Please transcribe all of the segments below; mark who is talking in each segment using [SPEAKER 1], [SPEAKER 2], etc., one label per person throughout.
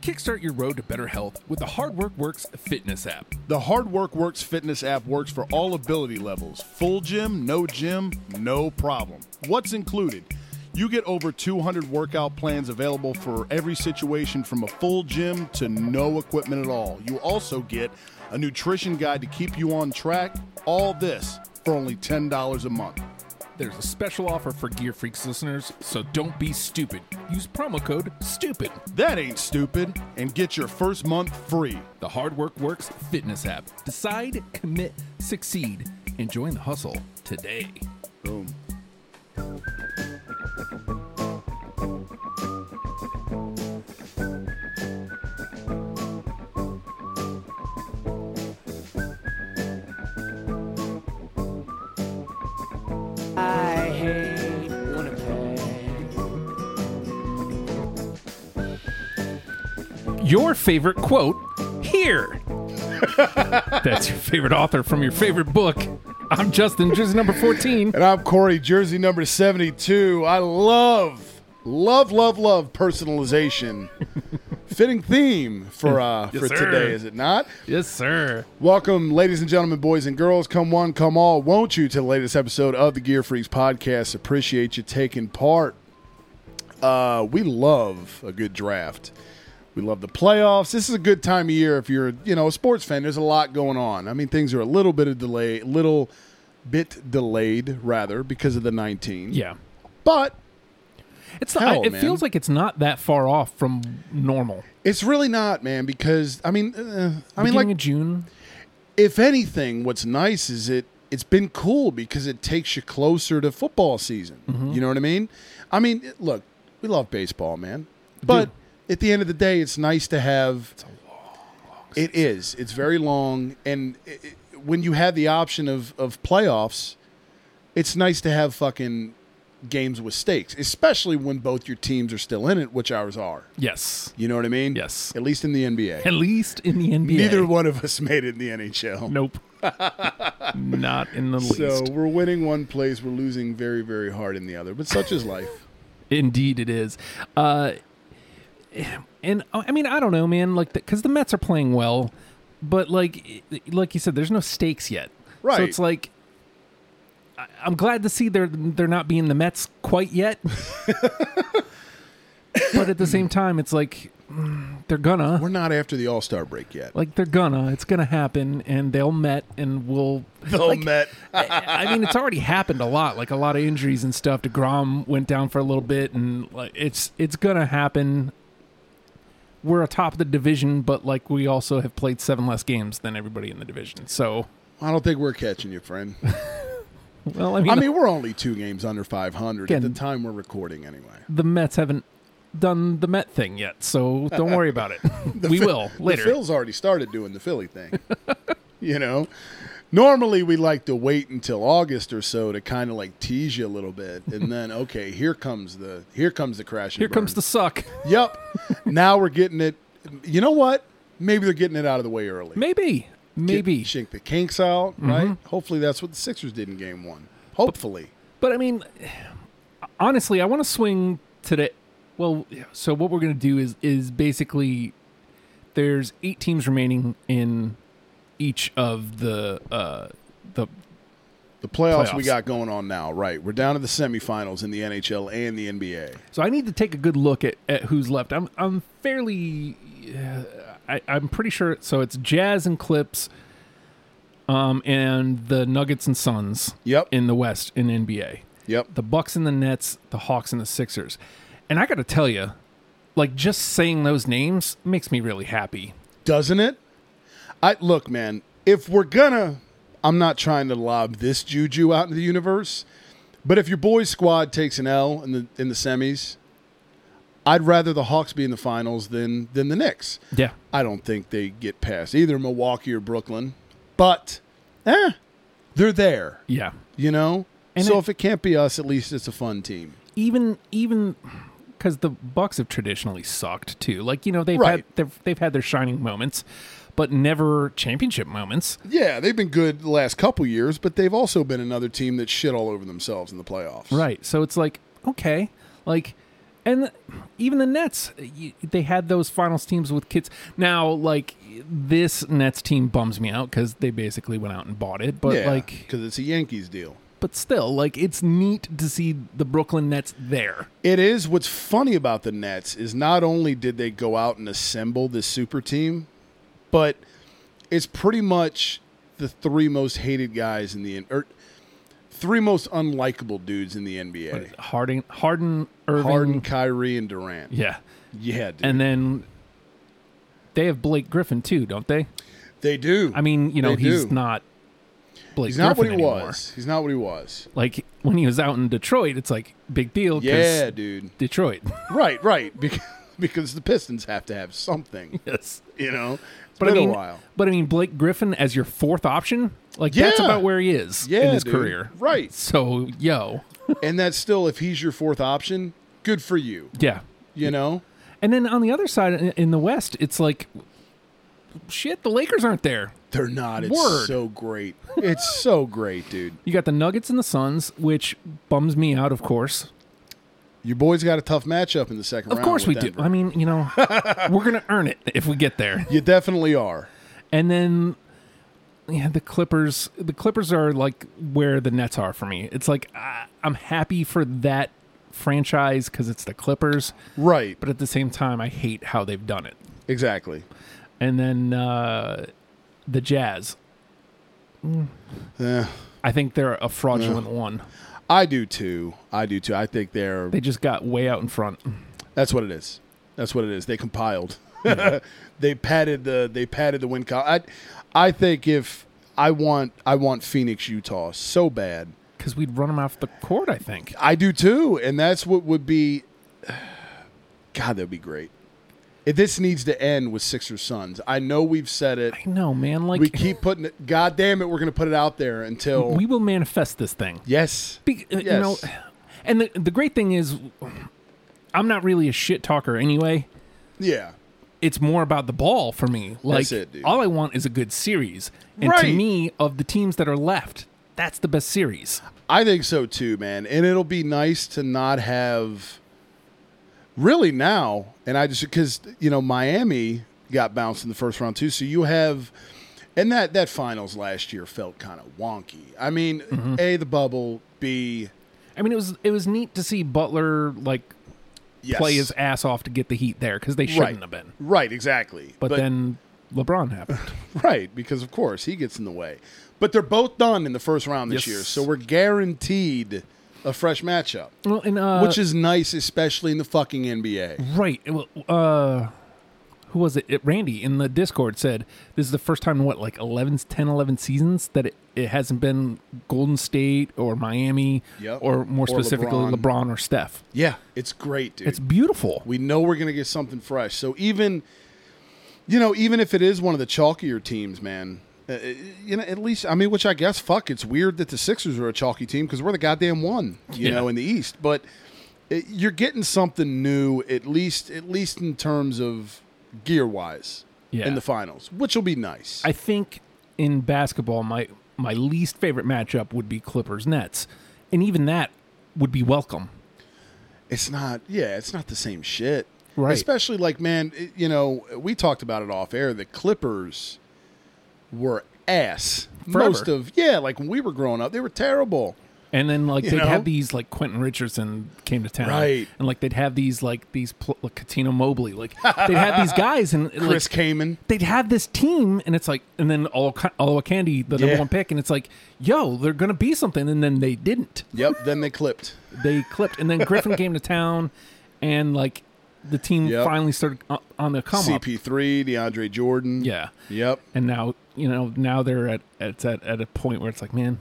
[SPEAKER 1] Kickstart your road to better health with the Hard Work Works fitness app.
[SPEAKER 2] The Hard Work Works fitness app works for all ability levels full gym, no gym, no problem. What's included? You get over 200 workout plans available for every situation from a full gym to no equipment at all. You also get a nutrition guide to keep you on track. All this for only $10 a month.
[SPEAKER 1] There's a special offer for Gear Freaks listeners, so don't be stupid. Use promo code STUPID.
[SPEAKER 2] That ain't stupid. And get your first month free.
[SPEAKER 1] The Hard Work Works fitness app. Decide, commit, succeed, and join the hustle today.
[SPEAKER 2] Boom.
[SPEAKER 3] I hate Winnipeg.
[SPEAKER 1] Your favorite quote here. That's your favorite author from your favorite book. I'm Justin, jersey number 14.
[SPEAKER 2] And I'm Corey, jersey number 72. I love, love, love, love personalization. Fitting theme for uh,
[SPEAKER 1] Yes,
[SPEAKER 2] for
[SPEAKER 1] sir.
[SPEAKER 2] today, is it not?
[SPEAKER 1] Yes, sir.
[SPEAKER 2] Welcome, ladies and gentlemen, boys and girls. Come one, come all, won't you, to the latest episode of the Gear Freaks podcast. Appreciate you taking part. Uh, we love a good draft. We love the playoffs. This is a good time of year if you're, you know, a sports fan. There's a lot going on. I mean, things are a little bit of delay, little bit delayed rather because of the 19.
[SPEAKER 1] Yeah.
[SPEAKER 2] But
[SPEAKER 1] It's not,
[SPEAKER 2] Hell,
[SPEAKER 1] it
[SPEAKER 2] man.
[SPEAKER 1] feels like it's not that far off from normal.
[SPEAKER 2] it's really not, man, because I mean, uh, I mean
[SPEAKER 1] Beginning
[SPEAKER 2] like
[SPEAKER 1] of June.
[SPEAKER 2] if anything, what's nice is it it's been cool because it takes you closer to football season. You know what I mean? I mean, it- look, we love baseball, man, but at the end of the day, it's nice to have. It's It is. It's very long, and i i when you have the option of of playoffs, it's nice to have fucking games with stakes, especially when both your teams are still in it, which ours are.
[SPEAKER 1] Yes.
[SPEAKER 2] You know what I mean?
[SPEAKER 1] Yes.
[SPEAKER 2] At least in the NBA.
[SPEAKER 1] At least in the NBA.
[SPEAKER 2] Neither one of us made it in the NHL.
[SPEAKER 1] Nope. not in the
[SPEAKER 2] So
[SPEAKER 1] least.
[SPEAKER 2] we're winning one place, we're losing very, very hard in the other. But such is life.
[SPEAKER 1] Indeed, it is. Uh, and I mean, I don't know, man. Like, because the Mets are playing well, but like, like you said, there's no stakes yet.
[SPEAKER 2] Right.
[SPEAKER 1] So it's like, I- I'm glad to see they're they're not being the Mets quite yet. but at the same time, it's like mm, they're gonna,
[SPEAKER 2] We're not after the All Star break yet.
[SPEAKER 1] like they're gonna, it's gonna happen, and they'll met, and we'll
[SPEAKER 2] They'll
[SPEAKER 1] like,
[SPEAKER 2] met.
[SPEAKER 1] I I mean, it's already happened a lot. Like a lot of injuries and stuff. Degrom went down for a little bit, and like it's it's gonna happen. We're atop the division, but like we also have played seven less games than everybody in the division. So,
[SPEAKER 2] I don't think we're catching you, friend.
[SPEAKER 1] well, I mean,
[SPEAKER 2] I mean, we're only two games under 500 at the
[SPEAKER 1] Again.
[SPEAKER 2] time we're recording, anyway.
[SPEAKER 1] the Mets haven't done the Met thing yet, so don't worry about it. we will later.
[SPEAKER 2] The Phil's already started doing the Philly thing. you know, normally we like to wait until August or so to kind of like tease you a little bit, and then okay, here comes the here comes the crash. and
[SPEAKER 1] Here comes
[SPEAKER 2] burn.
[SPEAKER 1] the suck.
[SPEAKER 2] Yep. now we're getting it. You know what? Maybe they're getting it out of the way early.
[SPEAKER 1] Maybe, maybe. Mm-hmm.
[SPEAKER 2] Get- shake the kinks out, right? Hopefully that's what the Sixers did in game one. Hopefully.
[SPEAKER 1] But I mean, honestly, I want to swing today. Well, so what we're going to do is is basically there's eight teams remaining in each of the uh the
[SPEAKER 2] The playoffs, we
[SPEAKER 1] Playoffs.
[SPEAKER 2] got going on now, right? We're down to the semifinals in the NHL and the NBA.
[SPEAKER 1] so I need to take a good look at, at who's left. I'm I'm fairly uh, I I'm pretty sure so it's Jazz and Clips um and the Nuggets and Suns
[SPEAKER 2] Yep.
[SPEAKER 1] in the West in NBA.
[SPEAKER 2] Yep.
[SPEAKER 1] the Bucks and the Nets, the Hawks and the Sixers. And I got to tell you, like just saying those names makes me really happy.
[SPEAKER 2] Doesn't it? I look, man, if we're gonna I'm not trying to lob this juju out into the universe, but if your boys squad takes an L in the in the semis, I'd rather the Hawks be in the finals than than the Knicks.
[SPEAKER 1] Yeah.
[SPEAKER 2] I don't think they get past either Milwaukee or Brooklyn, but eh, they're there,
[SPEAKER 1] Yeah.
[SPEAKER 2] you know.
[SPEAKER 1] And
[SPEAKER 2] so
[SPEAKER 1] it-
[SPEAKER 2] if it can't be us, at least it's a fun team.
[SPEAKER 1] Even even cuz the Bucks have traditionally sucked too. Like, you know, they've had
[SPEAKER 2] Right.
[SPEAKER 1] they've, they've had their shining moments, but never championship moments.
[SPEAKER 2] Yeah, they've been good the last couple years, but they've also been another team that shit all over themselves in the playoffs.
[SPEAKER 1] Right. So it's like, okay, like and even the Nets, you- they had those finals teams with kids. Now, like this Nets team bums me out because they basically went out and bought it. But like,
[SPEAKER 2] because it's a Yankees deal.
[SPEAKER 1] but still, like it's neat to see the Brooklyn Nets there.
[SPEAKER 2] It is. What's funny about the Nets is not only did they go out and assemble this super team, but it's pretty much the three most hated guys in the N- or three most unlikable dudes in the NBA:
[SPEAKER 1] Harding, Harden, Irving,
[SPEAKER 2] Harden, Kyrie, and Durant.
[SPEAKER 1] yeah,
[SPEAKER 2] Yeah, dude.
[SPEAKER 1] and then they have Blake Griffin too, don't they?
[SPEAKER 2] they do.
[SPEAKER 1] I mean, you know,
[SPEAKER 2] They
[SPEAKER 1] he's
[SPEAKER 2] do.
[SPEAKER 1] not Blake.
[SPEAKER 2] He's not what he
[SPEAKER 1] Griffin anymore.
[SPEAKER 2] was. He's not what he was.
[SPEAKER 1] Like when he was out in Detroit, it's like big deal. 'cause
[SPEAKER 2] Yeah, dude.
[SPEAKER 1] Detroit.
[SPEAKER 2] Right, right. Because, because the Pistons have to have something,
[SPEAKER 1] yes.
[SPEAKER 2] you know. It's
[SPEAKER 1] But
[SPEAKER 2] been
[SPEAKER 1] I mean,
[SPEAKER 2] a while.
[SPEAKER 1] but I mean, Blake Griffin as your fourth option, like that's
[SPEAKER 2] Yeah.
[SPEAKER 1] about where he is in
[SPEAKER 2] Yeah,
[SPEAKER 1] his
[SPEAKER 2] dude.
[SPEAKER 1] career,
[SPEAKER 2] Right.
[SPEAKER 1] So, yo,
[SPEAKER 2] And that's still, if he's your fourth option, good for you.
[SPEAKER 1] yeah.
[SPEAKER 2] You know,
[SPEAKER 1] And then on the other side, in- in the West, it's like, shit, the Lakers aren't there.
[SPEAKER 2] they're not. It's
[SPEAKER 1] Word.
[SPEAKER 2] so great. It's so great, dude.
[SPEAKER 1] You got the Nuggets and the Suns, which bums me out, of course.
[SPEAKER 2] Your boys got a tough matchup in the second
[SPEAKER 1] Of
[SPEAKER 2] round.
[SPEAKER 1] course we
[SPEAKER 2] with
[SPEAKER 1] do.
[SPEAKER 2] Denver.
[SPEAKER 1] I mean, you know, we're gonna earn it if we get there.
[SPEAKER 2] you definitely are.
[SPEAKER 1] And then yeah, the Clippers. The Clippers are like where the Nets are for me. It's like I, I'm happy for that franchise because it's the Clippers,
[SPEAKER 2] Right.
[SPEAKER 1] but at the same time, I hate how they've done it.
[SPEAKER 2] Exactly.
[SPEAKER 1] And then uh, the Jazz.
[SPEAKER 2] Eh,
[SPEAKER 1] I think they're a fraudulent one.
[SPEAKER 2] I do too. I do too. I think they're.
[SPEAKER 1] They just got way out in front.
[SPEAKER 2] That's what it is. That's what it is. They compiled. they padded the they padded the win column. I I think if I want I want Phoenix Utah so bad.
[SPEAKER 1] Because we'd run them off the court, I think.
[SPEAKER 2] I do too, and that's what would be God, that'd be great. If this needs to end with Sixers Suns. I know we've said it.
[SPEAKER 1] I know, man. Like
[SPEAKER 2] We keep putting it God damn it, we're gonna put it out there until
[SPEAKER 1] we will manifest this thing.
[SPEAKER 2] Yes.
[SPEAKER 1] Be- uh, You know,
[SPEAKER 2] Yes.
[SPEAKER 1] and the the great thing is, I'm not really a shit talker anyway.
[SPEAKER 2] Yeah.
[SPEAKER 1] It's more about the ball for me. Like
[SPEAKER 2] it, dude.
[SPEAKER 1] all I want is a good series, and to
[SPEAKER 2] Right.
[SPEAKER 1] me, of the teams that are left, that's the best series.
[SPEAKER 2] I think so too, man. And it'll be nice to not have really now. And I just because you know Miami got bounced in the first round too, so you have and that that finals last year felt kind of wonky. I mean,
[SPEAKER 1] Mm-hmm.
[SPEAKER 2] a the bubble, b
[SPEAKER 1] I mean, it was it was neat to see Butler like
[SPEAKER 2] yes.
[SPEAKER 1] play his ass off to get the Heat there because they shouldn't
[SPEAKER 2] right,
[SPEAKER 1] have been.
[SPEAKER 2] right, exactly.
[SPEAKER 1] But, then LeBron happened.
[SPEAKER 2] right because of course he gets in the way. But they're both done in the first round this
[SPEAKER 1] Yes.
[SPEAKER 2] year, so we're guaranteed a fresh matchup,
[SPEAKER 1] well, and uh, Mm-hmm.
[SPEAKER 2] which is nice, especially in the fucking NBA.
[SPEAKER 1] Right. It wa- Uh, who was it? it? Randy in the Discord said this is the first time in what, like 11, 10, 11 seasons that it, it hasn't been Golden State or Miami
[SPEAKER 2] Yep.
[SPEAKER 1] or more
[SPEAKER 2] Or
[SPEAKER 1] specifically LeBron.
[SPEAKER 2] LeBron.
[SPEAKER 1] or Steph.
[SPEAKER 2] Yeah, it's great, dude.
[SPEAKER 1] It's beautiful.
[SPEAKER 2] We know we're going to get something fresh. So even, you know, even if it is one of the chalkier teams, man, uh, you know, at least I mean, which I guess, fuck, it's weird that the Sixers are a chalky team because we're the goddamn one, you
[SPEAKER 1] Yeah.
[SPEAKER 2] know, in the East. But it, you're getting something new, at least, at least in terms of gear wise,
[SPEAKER 1] Yeah.
[SPEAKER 2] in the finals, which will be nice.
[SPEAKER 1] I think in basketball, my my least favorite matchup would be Clippers Nets, and even that would be welcome.
[SPEAKER 2] it's not yeah it's not the same shit
[SPEAKER 1] Right.
[SPEAKER 2] especially like man it- you know we talked about it off air the clippers were ass
[SPEAKER 1] Forever.
[SPEAKER 2] most of yeah like when we were growing up they were terrible
[SPEAKER 1] And then like
[SPEAKER 2] You
[SPEAKER 1] they'd have
[SPEAKER 2] know?
[SPEAKER 1] these like Quentin Richardson came to town,
[SPEAKER 2] Right.
[SPEAKER 1] And like they'd have these like these pl- like Katino Mobley, like they'd have these guys and like,
[SPEAKER 2] chris Kaman.
[SPEAKER 1] they'd have this team and it's like and then all Oliver Candy the number
[SPEAKER 2] Yeah.
[SPEAKER 1] one pick and it's like yo they're gonna be something and then they didn't
[SPEAKER 2] yep then they clipped
[SPEAKER 1] they clipped and then Griffin came to town and like the team
[SPEAKER 2] Yep.
[SPEAKER 1] finally started o- on the come up
[SPEAKER 2] cp3 deandre jordan
[SPEAKER 1] yeah
[SPEAKER 2] yep
[SPEAKER 1] and now you know now they're at it's at, at a point where it's like man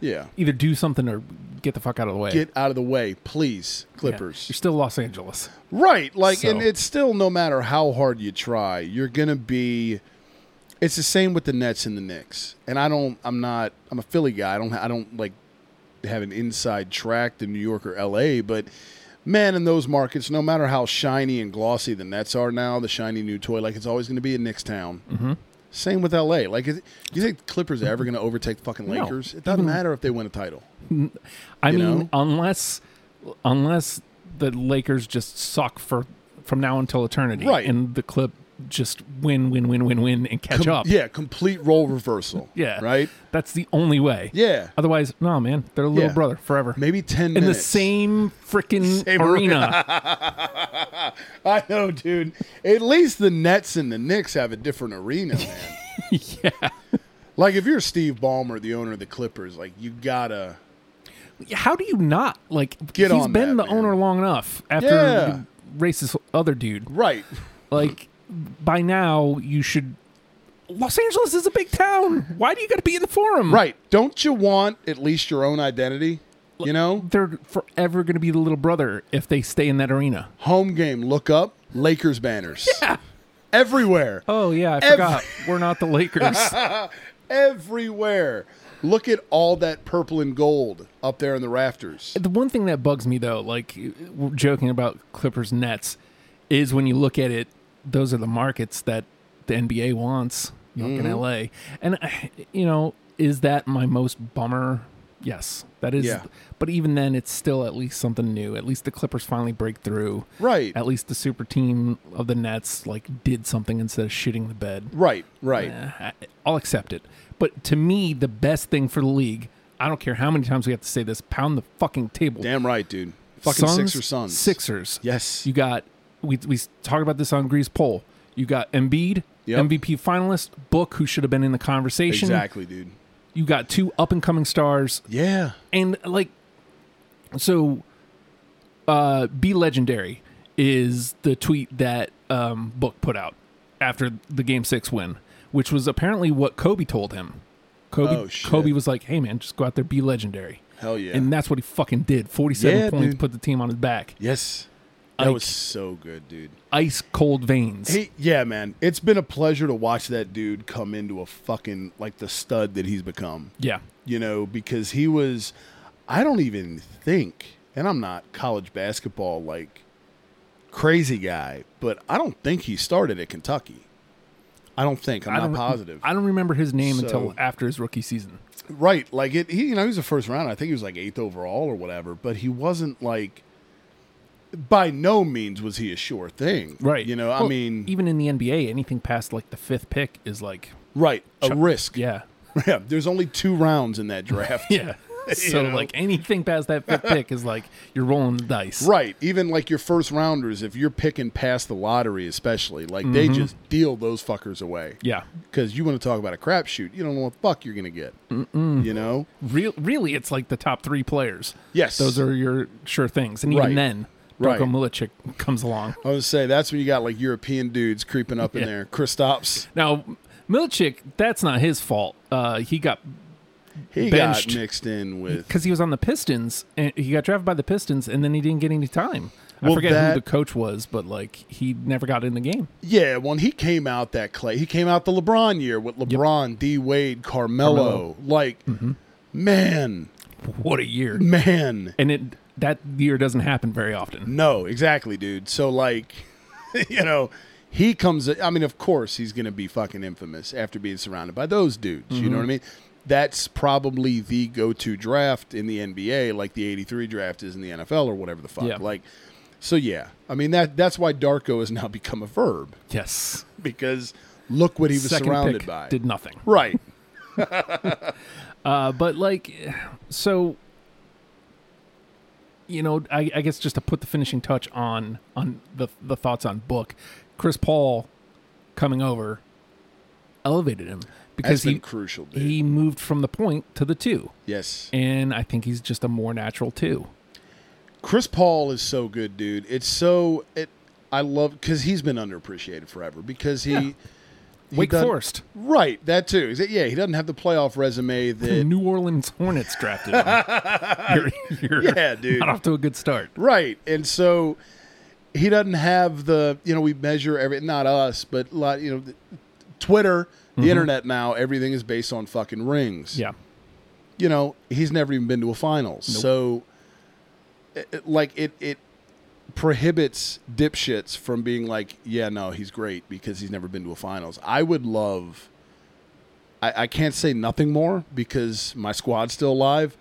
[SPEAKER 2] yeah
[SPEAKER 1] either do something or get the fuck out of the way
[SPEAKER 2] get out of the way please
[SPEAKER 1] Yeah.
[SPEAKER 2] clippers
[SPEAKER 1] you're still Los Angeles
[SPEAKER 2] Right. Like,
[SPEAKER 1] So-
[SPEAKER 2] and it's still no matter how hard you try, you're gonna be. It's the same with the Nets and the Knicks. And I don't. I'm not. I'm a Philly guy. I don't. I don't like have an inside track to New York or L.A. But man, in those markets, no matter how shiny and glossy the Nets are now, the shiny new toy, like it's always gonna be a Knicks town. Mm-hmm. Same with L.A. Like, is, do you think Clippers are ever gonna overtake the fucking
[SPEAKER 1] No. Mm-hmm.
[SPEAKER 2] Lakers? It doesn't matter if they win a title.
[SPEAKER 1] I mean
[SPEAKER 2] You know?
[SPEAKER 1] unless unless the Lakers just suck for from now until eternity,
[SPEAKER 2] Right.
[SPEAKER 1] And the clip just win, win, win, win, win, and catch
[SPEAKER 2] Com-
[SPEAKER 1] up.
[SPEAKER 2] Yeah, complete role reversal.
[SPEAKER 1] Yeah.
[SPEAKER 2] Right?
[SPEAKER 1] That's the only way.
[SPEAKER 2] Yeah.
[SPEAKER 1] Otherwise, no, man, they're a little
[SPEAKER 2] Yeah.
[SPEAKER 1] brother forever.
[SPEAKER 2] Maybe 10
[SPEAKER 1] in the
[SPEAKER 2] minutes.
[SPEAKER 1] same freaking
[SPEAKER 2] Same
[SPEAKER 1] arena.
[SPEAKER 2] I know, dude. At least the Nets and the Knicks have a different arena, man.
[SPEAKER 1] yeah.
[SPEAKER 2] like, if you're Steve Ballmer, the owner of the Clippers, like, you gotta.
[SPEAKER 1] How do you not like?
[SPEAKER 2] Get
[SPEAKER 1] he's
[SPEAKER 2] on
[SPEAKER 1] been
[SPEAKER 2] that,
[SPEAKER 1] the
[SPEAKER 2] man.
[SPEAKER 1] owner long enough after
[SPEAKER 2] Yeah.
[SPEAKER 1] the racist other dude.
[SPEAKER 2] Right.
[SPEAKER 1] Like by now, you should. Los Angeles is a big town. Why do you got to be in the forum?
[SPEAKER 2] Right. Don't you want at least your own identity? You know?
[SPEAKER 1] They're forever going to be the little brother if they stay in that arena.
[SPEAKER 2] Home game, look up Lakers banners. Everywhere.
[SPEAKER 1] Oh yeah, I
[SPEAKER 2] Ev-
[SPEAKER 1] forgot. We're not the Lakers.
[SPEAKER 2] Everywhere. Look at all that purple and gold up there in the rafters.
[SPEAKER 1] the one thing that bugs me though, like we're joking about Clippers Nets, is when you look at it, those are the markets that the NBA wants, you
[SPEAKER 2] Mm-hmm.
[SPEAKER 1] know, in LA. And I- you know, is that my most bummer? Yes, that is.
[SPEAKER 2] Yeah.
[SPEAKER 1] But even then, it's still at least something new. At least the Clippers finally break through.
[SPEAKER 2] Right.
[SPEAKER 1] At least the super team of the Nets like did something instead of shitting the bed.
[SPEAKER 2] Right, right.
[SPEAKER 1] I- I'll accept it. But to me, the best thing for the league, I don't care how many times we have to say this, pound the fucking table.
[SPEAKER 2] Damn right, dude. Fucking
[SPEAKER 1] Suns,
[SPEAKER 2] Sixer Suns.
[SPEAKER 1] Sixers.
[SPEAKER 2] Yes.
[SPEAKER 1] You got we we talked about this on Grease poll. You got Embiid,
[SPEAKER 2] Yep.
[SPEAKER 1] MVP finalist, Book, who should have been in the conversation.
[SPEAKER 2] Exactly, dude.
[SPEAKER 1] You got two up and coming stars,
[SPEAKER 2] Yeah.
[SPEAKER 1] and like, so, uh, be legendary is the tweet that um, Book put out after the Game Six win, which was apparently what Kobe told him. Kobe,
[SPEAKER 2] Oh, shit.
[SPEAKER 1] Kobe was like, "Hey man, just go out there, be legendary."
[SPEAKER 2] Hell yeah.
[SPEAKER 1] And that's what he fucking did. Forty-seven
[SPEAKER 2] Yeah,
[SPEAKER 1] points,
[SPEAKER 2] dude.
[SPEAKER 1] put the team on his back.
[SPEAKER 2] yes. That
[SPEAKER 1] Like-
[SPEAKER 2] was so good, dude.
[SPEAKER 1] ice cold veins.
[SPEAKER 2] He, yeah, man. It's been a pleasure to watch that dude come into a fucking like the stud that he's become.
[SPEAKER 1] yeah.
[SPEAKER 2] You know, because he was I don't even think and I'm not college basketball like crazy guy, but I don't think he started at Kentucky. I don't think. I'm not positive.
[SPEAKER 1] I don't remember his name
[SPEAKER 2] So-
[SPEAKER 1] until after his rookie season.
[SPEAKER 2] Right. Like it he you know, he was the first round. I think he was like eighth overall or whatever, but he wasn't like by no means was he a sure thing. You know, I
[SPEAKER 1] Well, e-
[SPEAKER 2] mean
[SPEAKER 1] even in the NBA, anything past like the fifth pick is like,
[SPEAKER 2] Right. A risk.
[SPEAKER 1] yeah,
[SPEAKER 2] Yeah, There's only two rounds in that draft.
[SPEAKER 1] yeah. so
[SPEAKER 2] know?
[SPEAKER 1] like anything past that fifth pick is like you're rolling the dice.
[SPEAKER 2] Right. Even like your first rounders, if you're picking past the lottery especially, like they just deal those fuckers away.
[SPEAKER 1] Mm-hmm. Yeah.
[SPEAKER 2] Because you want to talk about a crapshoot. You don't know what the fuck you're gonna get. You know?
[SPEAKER 1] Real, really, it's like the top three players.
[SPEAKER 2] Yes.
[SPEAKER 1] Those are your sure things, and even
[SPEAKER 2] Right.
[SPEAKER 1] then,
[SPEAKER 2] Right.
[SPEAKER 1] Darko Milicic comes along.
[SPEAKER 2] I was gonna say that's when you got like European dudes creeping up in
[SPEAKER 1] Yeah.
[SPEAKER 2] there. Kristaps,
[SPEAKER 1] Now, Milicic, that's not his fault. Uh, he got
[SPEAKER 2] he
[SPEAKER 1] Benched.
[SPEAKER 2] got mixed in with
[SPEAKER 1] because he was on the Pistons and he got drafted by the Pistons and then he didn't get any time. I
[SPEAKER 2] Well,
[SPEAKER 1] forget
[SPEAKER 2] that-
[SPEAKER 1] who the coach was, but like he never got in the game.
[SPEAKER 2] Yeah, when he came out that clay, he came out the LeBron year with LeBron, D Wade, Carmelo. Like,
[SPEAKER 1] Mm-hmm.
[SPEAKER 2] man,
[SPEAKER 1] What a year!
[SPEAKER 2] man.
[SPEAKER 1] And it that year doesn't happen very often.
[SPEAKER 2] No, exactly, dude. So like, you know, he comes. I mean, of course, he's gonna be fucking infamous after being surrounded by those dudes. You
[SPEAKER 1] Mm-hmm.
[SPEAKER 2] know what I mean? That's probably the go-to draft in the NBA, like the '83 draft is in the NFL or whatever the fuck.
[SPEAKER 1] Yeah.
[SPEAKER 2] Like, so yeah, I mean that that's why Darko has now become a verb
[SPEAKER 1] Yes,
[SPEAKER 2] because look what he was
[SPEAKER 1] second
[SPEAKER 2] surrounded
[SPEAKER 1] pick
[SPEAKER 2] by.
[SPEAKER 1] did nothing.
[SPEAKER 2] right.
[SPEAKER 1] Uh, but like, so you know, I, I guess just to put the finishing touch on on the the thoughts on book, Chris Paul coming over elevated him because
[SPEAKER 2] That's been
[SPEAKER 1] he
[SPEAKER 2] crucial, dude.
[SPEAKER 1] he moved from the point to the two.
[SPEAKER 2] yes.
[SPEAKER 1] and I think he's just a more natural too.
[SPEAKER 2] Chris Paul is so good, dude. It's so it. I love because he's been underappreciated forever because he. he
[SPEAKER 1] Wake
[SPEAKER 2] done-
[SPEAKER 1] Forest,
[SPEAKER 2] Right, that too. Is it- Yeah, he doesn't have the playoff resume that.
[SPEAKER 1] New Orleans Hornets drafted him. you're, you're
[SPEAKER 2] Yeah, dude.
[SPEAKER 1] not off to a good start.
[SPEAKER 2] Right, and so he doesn't have the. You know, we measure every not us, but a lot. You know, the, Twitter, the internet now, everything is based on fucking rings.
[SPEAKER 1] Mm-hmm. Yeah,
[SPEAKER 2] you know, he's never even been to a finals. So, it, it- like, it it prohibits dipshits from being like, yeah, no, he's great because he's never been to a finals. I would love. I, I can't say nothing more because my squad's still alive,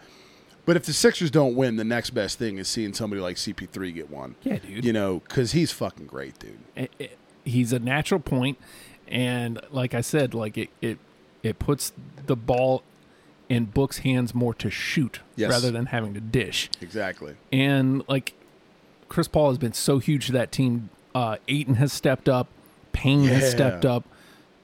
[SPEAKER 2] But if the Sixers don't win, the next best thing is seeing somebody like CP3 get one.
[SPEAKER 1] Yeah, dude.
[SPEAKER 2] You know, because he's fucking great, dude.
[SPEAKER 1] it- it- he's a natural point and like i said like it it it puts the ball in book's hands more to shoot
[SPEAKER 2] Yes.
[SPEAKER 1] rather than having to dish
[SPEAKER 2] Exactly.
[SPEAKER 1] and like chris paul has been so huge to that team uh Aiton has stepped up payne
[SPEAKER 2] Yeah.
[SPEAKER 1] has stepped up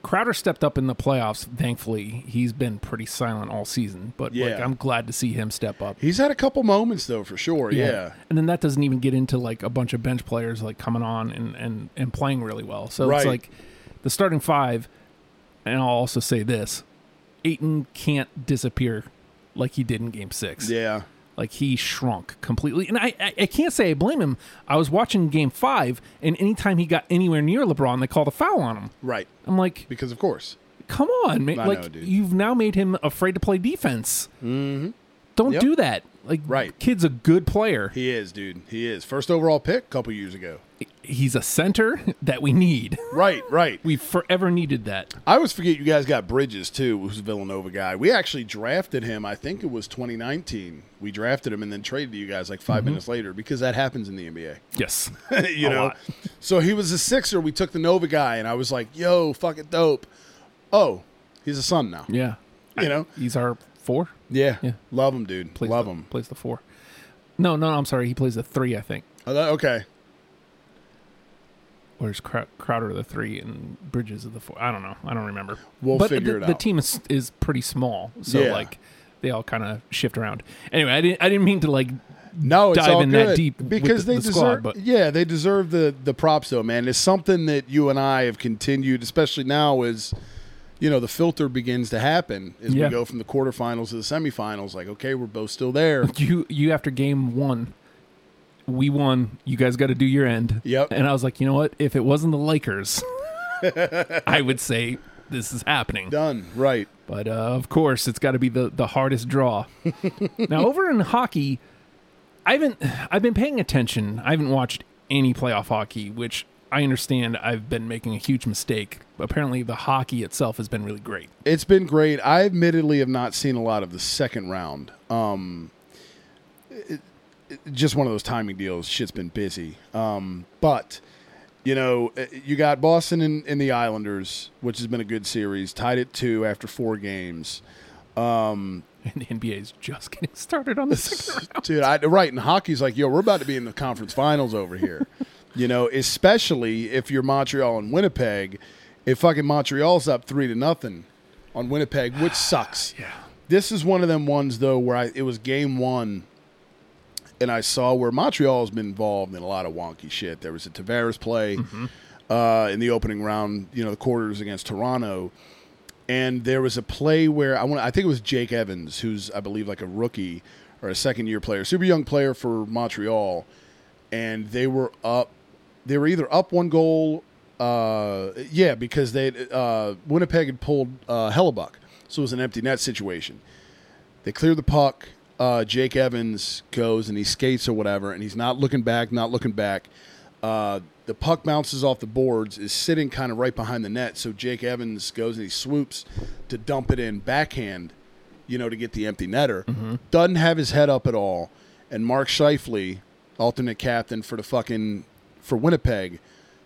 [SPEAKER 1] crowder stepped up in the playoffs thankfully he's been pretty silent all season but like
[SPEAKER 2] Yeah.
[SPEAKER 1] i'm glad to see him step up
[SPEAKER 2] He's had a couple moments though, for sure. Yeah.
[SPEAKER 1] and then that doesn't even get into like a bunch of bench players like coming on and and and playing really well. So
[SPEAKER 2] Right.
[SPEAKER 1] it's like the starting five, and I'll also say this: Aiton can't disappear like he did in Game Six.
[SPEAKER 2] Yeah.
[SPEAKER 1] Like he shrunk completely, and I, I I can't say I blame him. I was watching Game Five, and anytime he got anywhere near LeBron, they called a foul on him.
[SPEAKER 2] Right.
[SPEAKER 1] I'm like,
[SPEAKER 2] Because of course.
[SPEAKER 1] come on, man!
[SPEAKER 2] I
[SPEAKER 1] like
[SPEAKER 2] know, dude.
[SPEAKER 1] you've now made him afraid to play defense. Mm-hmm. Don't
[SPEAKER 2] Yep.
[SPEAKER 1] do that. Like,
[SPEAKER 2] Right.
[SPEAKER 1] kid's a good player.
[SPEAKER 2] He is, dude. He is. First overall pick a couple years ago.
[SPEAKER 1] he's a center that we need.
[SPEAKER 2] Right, right.
[SPEAKER 1] We forever needed that.
[SPEAKER 2] I always forget you guys got Bridges too, who's a Villanova guy. We actually drafted him. I think it was 2019. We drafted him and then traded you guys like 5 minutes later because that happens in the NBA.
[SPEAKER 1] Yes.
[SPEAKER 2] you
[SPEAKER 1] Mm-hmm. A
[SPEAKER 2] know.
[SPEAKER 1] lot.
[SPEAKER 2] So he was a Sixer. We took the Nova guy, and I was like, "Yo, fucking dope." Oh, he's a son now.
[SPEAKER 1] Yeah.
[SPEAKER 2] You know.
[SPEAKER 1] He's our four.
[SPEAKER 2] Yeah.
[SPEAKER 1] Yeah.
[SPEAKER 2] Love him, dude.
[SPEAKER 1] Plays
[SPEAKER 2] Love
[SPEAKER 1] the,
[SPEAKER 2] him.
[SPEAKER 1] Plays the four. No, no, I'm sorry. He plays the three, I think.
[SPEAKER 2] Oh, that- okay.
[SPEAKER 1] Or is Crow- Crowder the three and Bridges of the four? I don't know. I don't remember.
[SPEAKER 2] We'll
[SPEAKER 1] but
[SPEAKER 2] figure
[SPEAKER 1] the,
[SPEAKER 2] it
[SPEAKER 1] The
[SPEAKER 2] out.
[SPEAKER 1] team is is pretty small, so
[SPEAKER 2] Yeah.
[SPEAKER 1] like they all kind of shift around. Anyway, I didn't I didn't mean to like.
[SPEAKER 2] No, it's
[SPEAKER 1] dive
[SPEAKER 2] all
[SPEAKER 1] in
[SPEAKER 2] good
[SPEAKER 1] that deep with
[SPEAKER 2] because
[SPEAKER 1] the-
[SPEAKER 2] they
[SPEAKER 1] the
[SPEAKER 2] deserve.
[SPEAKER 1] squad, but-
[SPEAKER 2] Yeah, they deserve the the props though, man. It's something that you and I have continued, especially now, is you know the filter begins to happen as
[SPEAKER 1] Yeah.
[SPEAKER 2] we go from the quarterfinals to the semifinals. Like, okay, we're both still there.
[SPEAKER 1] you you after game one we won you guys got to do your end
[SPEAKER 2] Yep.
[SPEAKER 1] and i was like you know what if it wasn't the lakers i would say this is happening
[SPEAKER 2] Done. Right.
[SPEAKER 1] but uh, of course it's got to be the the hardest draw now over in hockey i haven't i've been paying attention i haven't watched any playoff hockey which i understand i've been making a huge mistake apparently the hockey itself has been really great
[SPEAKER 2] It's been great. I admittedly have not seen a lot of the second round. Um, it- it- just one of those timing deals. Shit's been busy. Um, but you know, eh, you got Boston and, and the Islanders, which has been a good series. Tied at two after four games.
[SPEAKER 1] and the nba is just getting started on the second round
[SPEAKER 2] Dude, I, right. And hockey's like, yo, we're about to be in the conference finals over here. you know, especially if you're Montreal and Winnipeg. If fucking Montreal's up three to nothing on Winnipeg, which sucks. yeah. This is one of them ones though where I it was game one, and I saw where Montreal has been involved in a lot of wonky shit. There was a Tavares play uh, in the opening round, you know, the quarters against Toronto, and there was a play where I want I think it was Jake Evans, who's I believe like a rookie or a second year player, super young player for Montreal, and they were up. They were either up one goal, uh, yeah, because they uh, Winnipeg had pulled uh, Hellebuck, so it was an empty net situation. They clear the puck. Uh, Jake Evans goes and he skates or whatever, and he's not looking back, not looking back. Uh, the puck bounces off the boards, is sitting kind of right behind the net. So Jake Evans goes and he swoops to dump it in backhand, you know, to get the empty netter.
[SPEAKER 1] Mm-hmm.
[SPEAKER 2] Doesn't have his head up at all. And Mark Shifley, alternate captain for the fucking for Winnipeg,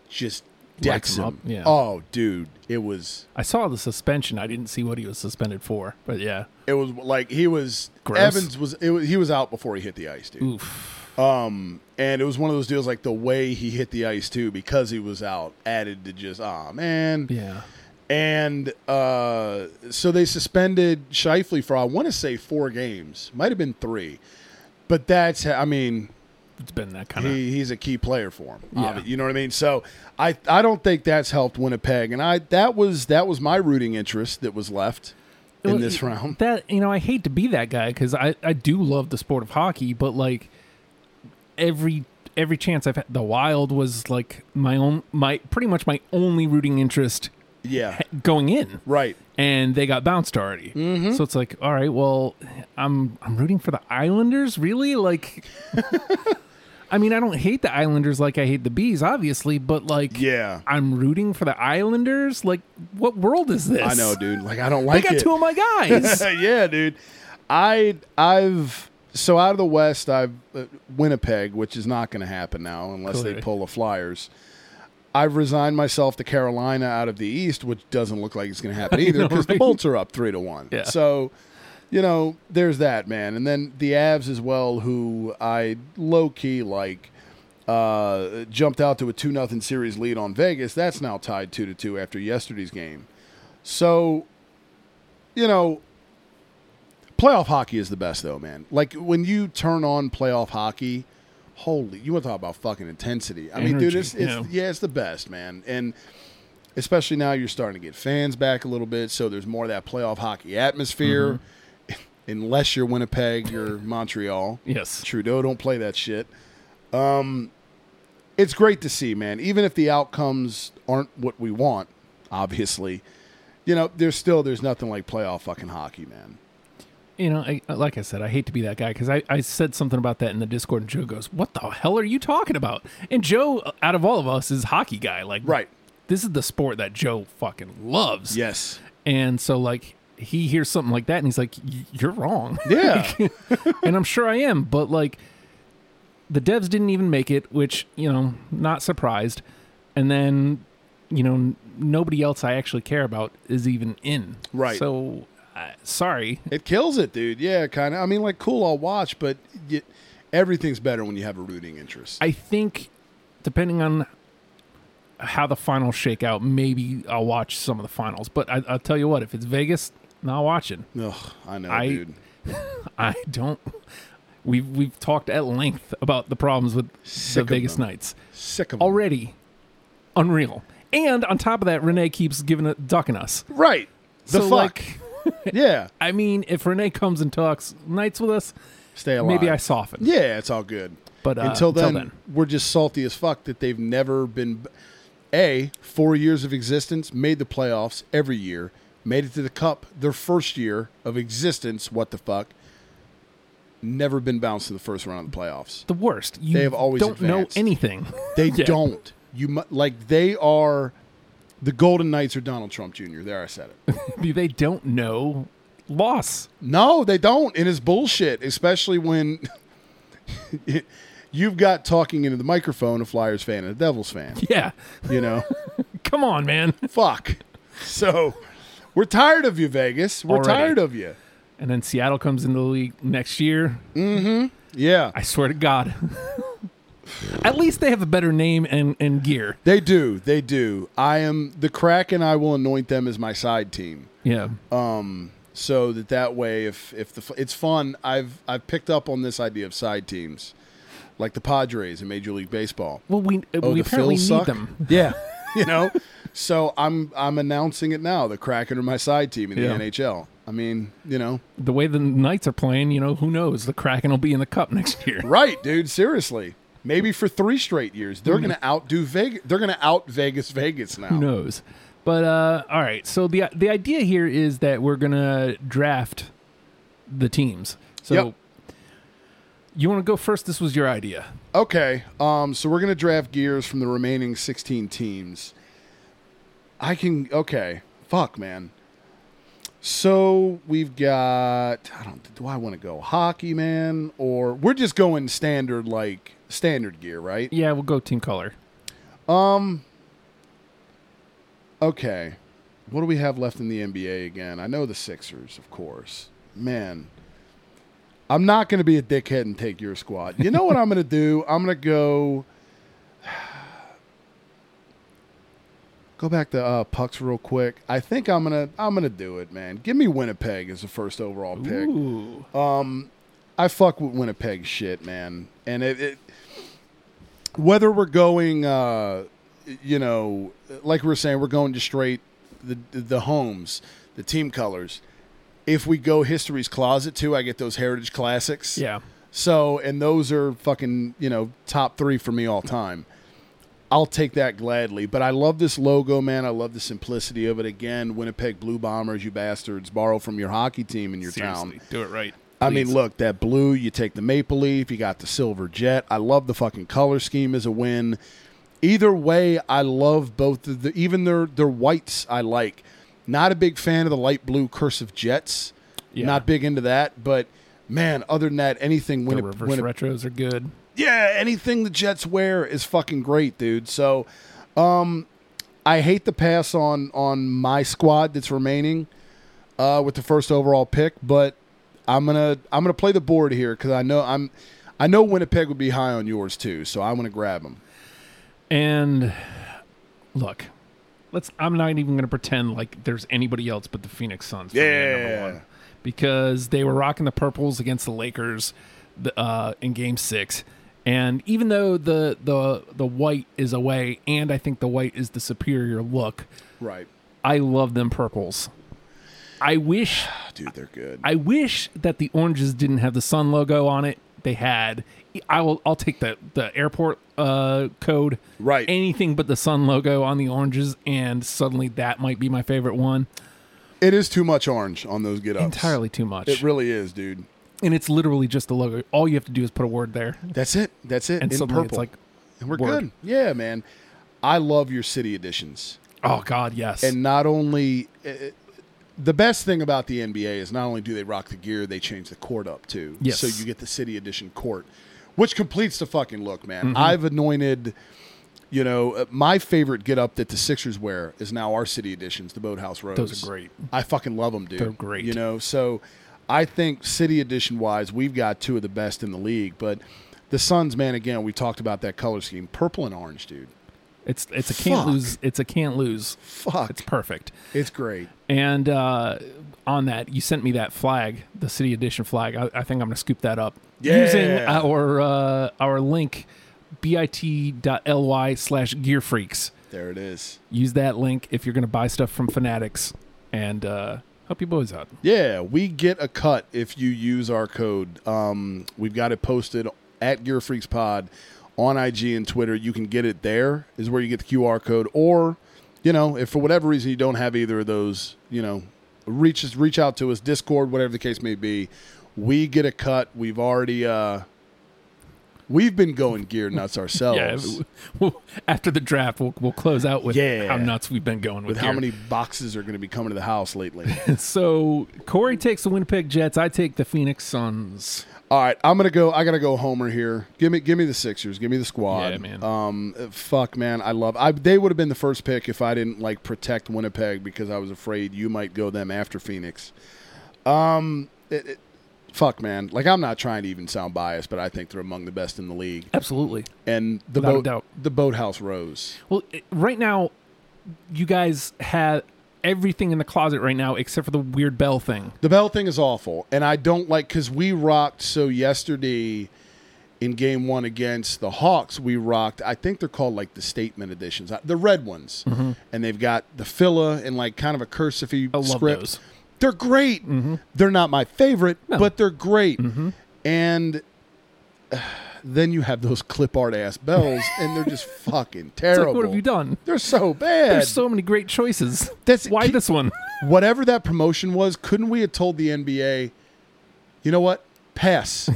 [SPEAKER 2] just decks
[SPEAKER 1] him
[SPEAKER 2] him.
[SPEAKER 1] up, yeah.
[SPEAKER 2] Oh, dude, it was
[SPEAKER 1] I saw the suspension. I didn't see what he was suspended for, but yeah,
[SPEAKER 2] it was like he was
[SPEAKER 1] Gross.
[SPEAKER 2] Evans was, it was he was out before he hit the ice, dude.
[SPEAKER 1] oof.
[SPEAKER 2] And it was one of those deals like the way he hit the ice too, because he was out, added to just ah man.
[SPEAKER 1] Yeah,
[SPEAKER 2] And uh, so they suspended Shifley for I want to say four games, might have been three, but that's I mean
[SPEAKER 1] it's been that kind of.
[SPEAKER 2] he, he's a key player for him.
[SPEAKER 1] Yeah.
[SPEAKER 2] obvi- You know what I mean? So I I don't think that's helped Winnipeg, and I that was that was my rooting interest that was left in this round.
[SPEAKER 1] that you know, I hate to be that guy because I I do love the sport of hockey, but like every every chance I've had, the Wild was like my own my pretty much my only rooting interest
[SPEAKER 2] Yeah,
[SPEAKER 1] going in,
[SPEAKER 2] right.
[SPEAKER 1] and they got bounced already.
[SPEAKER 2] Mm-hmm.
[SPEAKER 1] So it's like, all right, well, I'm I'm rooting for the Islanders, really? Like, I mean, I don't hate the Islanders like I hate the bees, obviously, but like,
[SPEAKER 2] Yeah.
[SPEAKER 1] I'm rooting for the Islanders. Like, what world is this?
[SPEAKER 2] I know, dude. Like I don't
[SPEAKER 1] I
[SPEAKER 2] like
[SPEAKER 1] got
[SPEAKER 2] it.
[SPEAKER 1] two of my guys.
[SPEAKER 2] yeah, dude. I I've so out of the West, I've uh, Winnipeg, which is not going to happen now unless they
[SPEAKER 1] Clearly.
[SPEAKER 2] pull the Flyers. I've resigned myself to Carolina out of the East, which doesn't look like it's going to happen either
[SPEAKER 1] know,
[SPEAKER 2] because the
[SPEAKER 1] right?
[SPEAKER 2] Bolts are up three to one.
[SPEAKER 1] Yeah.
[SPEAKER 2] So, you know, there's that man, and then the Avs as well, who I low key like uh, jumped out to a two nothing series lead on Vegas. That's now tied two to two after yesterday's game. So, you know, playoff hockey is the best though, man. Like when you turn on playoff hockey, holy, you want to talk about fucking intensity. I mean, dude,
[SPEAKER 1] Energy,
[SPEAKER 2] it's, it's yeah, it's the best, man. And especially now you're starting to get fans back a little bit, so there's more of that playoff hockey atmosphere. Unless you're Winnipeg or Montreal.
[SPEAKER 1] Yes.
[SPEAKER 2] Trudeau don't play that shit. Um, it's great to see, man. Even if the outcomes aren't what we want, obviously, you know, there's still there's nothing like playoff fucking hockey, man.
[SPEAKER 1] You know, I, like I said, I hate to be that guy because I, I said something about that in the Discord, and Joe goes, "What the hell are you talking about?" And Joe, uh, out of all of us, is hockey guy. Like,
[SPEAKER 2] Right.
[SPEAKER 1] This is the sport that Joe fucking loves.
[SPEAKER 2] Yes.
[SPEAKER 1] And so, like, he hears something like that, and he's like, "Y- "You're wrong."
[SPEAKER 2] Yeah.
[SPEAKER 1] and I'm sure I am, but like the devs didn't even make it, which, you know, not surprised. And then, you know, n- nobody else I actually care about is even in.
[SPEAKER 2] Right.
[SPEAKER 1] So, uh, sorry.
[SPEAKER 2] it kills it, dude. Yeah, kind of. I mean, like, cool, I'll watch, but y everything's better when you have a rooting interest.
[SPEAKER 1] I think depending on how the finals shake out, maybe I'll watch some of the finals. But I, I'll tell you what, if it's Vegas, not watching.
[SPEAKER 2] Ugh, I know,
[SPEAKER 1] I-
[SPEAKER 2] dude.
[SPEAKER 1] I don't. We've we've talked at length about the problems with
[SPEAKER 2] Sick of
[SPEAKER 1] the Vegas
[SPEAKER 2] them.
[SPEAKER 1] Knights.
[SPEAKER 2] Sick of 'em.
[SPEAKER 1] already unreal. And on top of that, Renee keeps giving it, ducking us.
[SPEAKER 2] Right.
[SPEAKER 1] so
[SPEAKER 2] The fuck.
[SPEAKER 1] like,
[SPEAKER 2] yeah.
[SPEAKER 1] I mean, if Renee comes and talks nights with us,
[SPEAKER 2] Stay alive.
[SPEAKER 1] maybe I soften.
[SPEAKER 2] Yeah, it's all good.
[SPEAKER 1] But, uh,
[SPEAKER 2] until,
[SPEAKER 1] until
[SPEAKER 2] then,
[SPEAKER 1] then.
[SPEAKER 2] we're just salty as fuck that they've never been. A four years of existence, made the playoffs every year, made it to the cup their first year of existence. What the fuck? Never been bounced in the first round of the playoffs.
[SPEAKER 1] The worst. You
[SPEAKER 2] They have always
[SPEAKER 1] don't
[SPEAKER 2] advanced.
[SPEAKER 1] know anything.
[SPEAKER 2] They
[SPEAKER 1] Yeah.
[SPEAKER 2] don't. You mu- like they are. The Golden Knights are Donald Trump Jr. There, I said it.
[SPEAKER 1] they don't know loss.
[SPEAKER 2] No, they don't. And it's bullshit, especially when you've got talking into the microphone a Flyers fan and a Devils fan.
[SPEAKER 1] Yeah,
[SPEAKER 2] You know,
[SPEAKER 1] come on, man.
[SPEAKER 2] fuck. So we're tired of you, Vegas. We're
[SPEAKER 1] Already.
[SPEAKER 2] tired of you.
[SPEAKER 1] And then Seattle comes into the league next year.
[SPEAKER 2] Yeah,
[SPEAKER 1] I swear to God. At least they have a better name and, and gear.
[SPEAKER 2] they do. They do. I am the Kraken. I will anoint them as my side team.
[SPEAKER 1] Yeah.
[SPEAKER 2] Uh, so that that way if if the it's fun i've i've picked up on this idea of side teams like the padres in major league baseball
[SPEAKER 1] well, we
[SPEAKER 2] oh
[SPEAKER 1] we
[SPEAKER 2] the phils
[SPEAKER 1] apparently need
[SPEAKER 2] suck
[SPEAKER 1] them.
[SPEAKER 2] yeah you know so i'm i'm announcing it now the kraken are my side team in
[SPEAKER 1] Yeah.
[SPEAKER 2] the nhl i mean you know
[SPEAKER 1] The way the Knights are playing, you know, who knows? The Kraken will be in the cup next year.
[SPEAKER 2] right dude seriously maybe for three straight years they're gonna outdo vegas they're gonna out vegas vegas now
[SPEAKER 1] Who knows? But uh, all right. So the the idea here is that we're gonna draft the teams. So
[SPEAKER 2] Yep.
[SPEAKER 1] you want to go first? This was your idea.
[SPEAKER 2] Okay, um, so we're gonna draft gears from the remaining sixteen teams. I can okay, fuck man. So we've got I don't do I want to go hockey man or we're just going standard like standard gear right?
[SPEAKER 1] Yeah, we'll go team color.
[SPEAKER 2] Okay, what do we have left in the NBA again? I know the Sixers, of course. Man, I'm not gonna be a dickhead and take your squad. You know what I'm gonna do? I'm gonna go. Go back to uh, pucks real quick. I think I'm gonna I'm gonna do it, man. Give me Winnipeg as the first overall pick.
[SPEAKER 1] Ooh.
[SPEAKER 2] I fuck with Winnipeg shit, man. And it, it whether we're going, uh, you know, like we were saying, we're going to straight the the homes, the team colors. If we go history's closet too, I get those heritage classics.
[SPEAKER 1] Yeah.
[SPEAKER 2] So, and those are fucking, you know, top three for me all time. I'll take that gladly. But I love this logo, man. I love the simplicity of it. Again, Winnipeg Blue Bombers, you bastards, borrow from your hockey team in your town.
[SPEAKER 1] Seriously, do it right.
[SPEAKER 2] I mean,
[SPEAKER 1] please.
[SPEAKER 2] look, that blue, you take the maple leaf, you got the silver jet. I love the fucking color scheme as a win. Either way, I love both of the even their their whites I like. Not a big fan of the light blue cursive jets.
[SPEAKER 1] Yeah.
[SPEAKER 2] Not big into that, but man, other than that, anything
[SPEAKER 1] The
[SPEAKER 2] Winni-
[SPEAKER 1] reverse
[SPEAKER 2] Winni-
[SPEAKER 1] retros are good.
[SPEAKER 2] yeah, anything the Jets wear is fucking great, dude. So, um, I hate the pass on on my squad that's remaining uh, with the first overall pick, but I'm gonna I'm gonna play the board here because I know I'm I know Winnipeg would be high on yours too, so I'm gonna grab them.
[SPEAKER 1] And look, let's. I'm not even going to pretend like there's anybody else but the Phoenix Suns. for me at number
[SPEAKER 2] Yeah.
[SPEAKER 1] one. because they were rocking the purples against the Lakers the, uh, in Game Six, and even though the the the white is away, and I think the white is the superior look,
[SPEAKER 2] Right,
[SPEAKER 1] I love them purples. I wish
[SPEAKER 2] Ah, dude, they're good.
[SPEAKER 1] I wish that the oranges didn't have the sun logo on it. They had. I will. I'll take the the airport uh, code.
[SPEAKER 2] Right.
[SPEAKER 1] Anything but the sun logo on the oranges, and suddenly that might be my favorite one.
[SPEAKER 2] it is too much orange on those get ups.
[SPEAKER 1] Entirely too much.
[SPEAKER 2] it really is, dude.
[SPEAKER 1] and it's literally just the logo. All you have to do is put a word there,
[SPEAKER 2] That's it. That's it.
[SPEAKER 1] and
[SPEAKER 2] In
[SPEAKER 1] suddenly
[SPEAKER 2] purple,
[SPEAKER 1] it's like,
[SPEAKER 2] And we're
[SPEAKER 1] word.
[SPEAKER 2] good. Yeah, man. I love your city editions.
[SPEAKER 1] oh god, yes.
[SPEAKER 2] and not only uh, the best thing about the NBA is not only do they rock the gear, they change the court up too.
[SPEAKER 1] Yes.
[SPEAKER 2] So you get the city edition court, which completes the fucking look, man.
[SPEAKER 1] Mm-hmm.
[SPEAKER 2] I've anointed, you know, uh, my favorite get up that the Sixers wear is now our city editions, the Boathouse Rose.
[SPEAKER 1] Those are great.
[SPEAKER 2] I fucking love them, dude.
[SPEAKER 1] They're great.
[SPEAKER 2] You know, so I think city edition wise, we've got two of the best in the league, but. The Suns, man. Again, we talked about that color scheme, purple and orange, dude.
[SPEAKER 1] it's it's a can't
[SPEAKER 2] Fuck.
[SPEAKER 1] lose. It's a can't lose.
[SPEAKER 2] Fuck,
[SPEAKER 1] It's perfect.
[SPEAKER 2] it's great.
[SPEAKER 1] And uh, on that, you sent me that flag, the city edition flag. I, I think I'm going to scoop that up
[SPEAKER 2] Yeah.
[SPEAKER 1] using our uh, our link bit.ly slash gear freaks.
[SPEAKER 2] There it is.
[SPEAKER 1] Use that link if you're going to buy stuff from Fanatics and uh, help you boys out.
[SPEAKER 2] Yeah, we get a cut if you use our code. Um, we've got it posted at Gear Freaks Pod on IG and Twitter. You can get it there is where you get the QR code, or you know, if for whatever reason you don't have either of those, you know, reach us, reach out to us, Discord, whatever the case may be. We get a cut. We've already uh, we've been going gear nuts
[SPEAKER 1] Yeah,
[SPEAKER 2] ourselves.
[SPEAKER 1] we'll- after the draft, we'll, we'll close out with
[SPEAKER 2] Yeah.
[SPEAKER 1] how nuts we've been going with,
[SPEAKER 2] with how
[SPEAKER 1] gear.
[SPEAKER 2] many boxes are going to be coming to the house lately?
[SPEAKER 1] So Corey takes the Winnipeg Jets. I take the Phoenix Suns.
[SPEAKER 2] All right, I'm gonna go. I gotta go Homer here. Give me, give me the Sixers. Give me the squad.
[SPEAKER 1] Yeah, man.
[SPEAKER 2] Um, fuck, man. I love. I they would have been the first pick if I didn't like protect Winnipeg because I was afraid you might go them after Phoenix. Um, it, it- fuck, man. Like I'm not trying to even sound biased, but I think they're among the best in the league.
[SPEAKER 1] Absolutely.
[SPEAKER 2] And the
[SPEAKER 1] Without a
[SPEAKER 2] boat,
[SPEAKER 1] doubt.
[SPEAKER 2] the boathouse rose.
[SPEAKER 1] Well, it- right now, you guys have everything in the closet right now except for the weird bell thing.
[SPEAKER 2] The bell thing is awful, and I don't like because we rocked so yesterday in game one against the Hawks. We rocked. I think they're called like the statement editions, uh, the red ones, and they've got the filla and like kind of a cursive
[SPEAKER 1] Mm-hmm. I love
[SPEAKER 2] script.
[SPEAKER 1] those. Mm-hmm.
[SPEAKER 2] They're great. They're not my favorite, but they're great. And uh, then you have those clip art ass bells, and they're just fucking
[SPEAKER 1] It's
[SPEAKER 2] terrible.
[SPEAKER 1] like, what have you done?
[SPEAKER 2] They're so bad.
[SPEAKER 1] There's so many great choices.
[SPEAKER 2] That's-
[SPEAKER 1] why this one.
[SPEAKER 2] whatever that promotion was, couldn't we have told the NBA, you know what? Pass.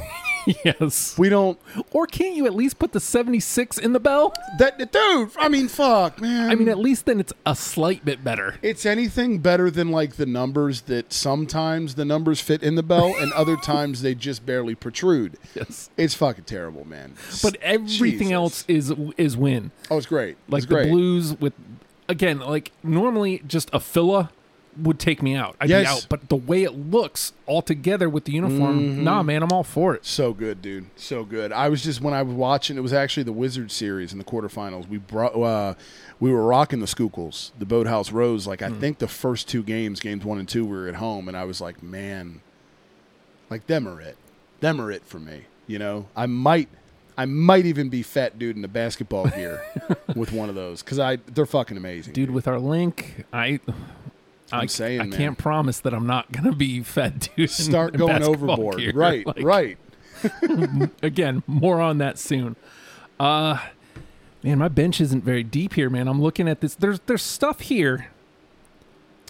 [SPEAKER 1] yes.
[SPEAKER 2] We don't.
[SPEAKER 1] Or can't you at least put the 76 in the bell?
[SPEAKER 2] That dude. I mean, fuck, man.
[SPEAKER 1] I mean, at least then it's a slight bit better.
[SPEAKER 2] it's anything better than like the numbers that sometimes the numbers fit in the bell, and other times they just barely protrude.
[SPEAKER 1] Yes.
[SPEAKER 2] It's fucking terrible, man. S-
[SPEAKER 1] But everything
[SPEAKER 2] Jesus.
[SPEAKER 1] else is is win.
[SPEAKER 2] Oh, it's great.
[SPEAKER 1] Like
[SPEAKER 2] it's
[SPEAKER 1] the
[SPEAKER 2] great.
[SPEAKER 1] blues with again, like normally just a filla would take me out. I'd
[SPEAKER 2] Yes.
[SPEAKER 1] be out. But the way it looks all together with the uniform, nah
[SPEAKER 2] Mm-hmm.
[SPEAKER 1] man, I'm all for it.
[SPEAKER 2] So good, dude. So good. I was just when I was watching. It was actually the Wizard series in the quarterfinals. We brought. Uh, we were rocking the Schuylkills, the Boathouse Rose. Like I
[SPEAKER 1] Hmm.
[SPEAKER 2] think the first two games, games one and two, we were at home, and I was like, man, like them are it. Them are it for me. You know, I might, I might even be fat dude in the basketball gear with one of those because I they're fucking amazing,
[SPEAKER 1] Dude, with our link, I
[SPEAKER 2] I'm saying,
[SPEAKER 1] I
[SPEAKER 2] man.
[SPEAKER 1] can't promise that I'm not gonna be fed, dude. in
[SPEAKER 2] Start going
[SPEAKER 1] basketball
[SPEAKER 2] overboard.
[SPEAKER 1] gear.
[SPEAKER 2] Right,
[SPEAKER 1] Like,
[SPEAKER 2] right.
[SPEAKER 1] Again, more on that soon. Uh man, my bench isn't very deep here, man. I'm looking at this. There's there's stuff here,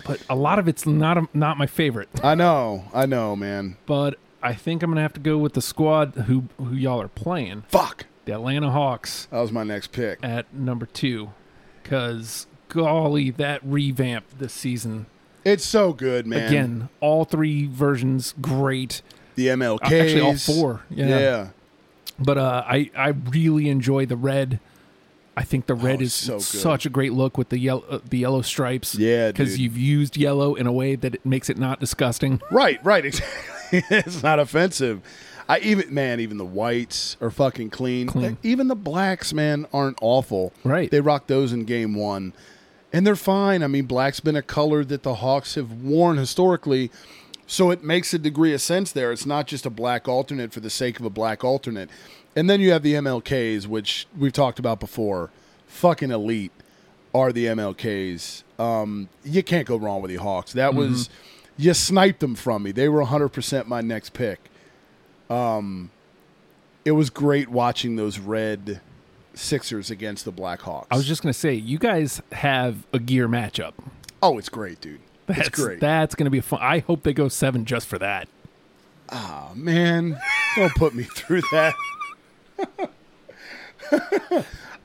[SPEAKER 1] but a lot of it's not a, not my favorite.
[SPEAKER 2] I know, I know, man.
[SPEAKER 1] but I think I'm gonna have to go with the squad who who y'all are playing,
[SPEAKER 2] Fuck.
[SPEAKER 1] the Atlanta Hawks
[SPEAKER 2] That was my next pick.
[SPEAKER 1] at number two, because golly, that revamp this season
[SPEAKER 2] It's so good, man.
[SPEAKER 1] again, all three versions great.
[SPEAKER 2] the MLK.
[SPEAKER 1] Uh, Actually, all four, yeah.
[SPEAKER 2] yeah.
[SPEAKER 1] But uh, I I really enjoy the red. I think the red
[SPEAKER 2] Oh,
[SPEAKER 1] is
[SPEAKER 2] so good.
[SPEAKER 1] such a great look with the yellow uh, the yellow stripes.
[SPEAKER 2] Yeah,
[SPEAKER 1] because
[SPEAKER 2] dude.
[SPEAKER 1] you've used yellow in a way that it makes it not disgusting.
[SPEAKER 2] Right, right, exactly. it's not offensive. I even man, even the whites are fucking clean.
[SPEAKER 1] Clean.
[SPEAKER 2] Even the blacks, man, aren't awful.
[SPEAKER 1] Right.
[SPEAKER 2] They rocked those in game one. And they're fine. I mean, black's been a color that the Hawks have worn historically. So it makes a degree of sense there. It's not just a black alternate for the sake of a black alternate. And then you have the MLKs, which we've talked about before. Fucking elite are the MLKs. Um, you can't go wrong with the Hawks. That
[SPEAKER 1] Mm-hmm.
[SPEAKER 2] was you sniped them from me. They were 100% my next pick. Um, it was great watching those red Sixers against the Blackhawks.
[SPEAKER 1] I was just gonna say, you guys have a gear matchup.
[SPEAKER 2] oh, it's great, dude.
[SPEAKER 1] That's
[SPEAKER 2] it's great.
[SPEAKER 1] That's gonna be fun. I hope they go seven just for that.
[SPEAKER 2] Oh, man, don't put me through that.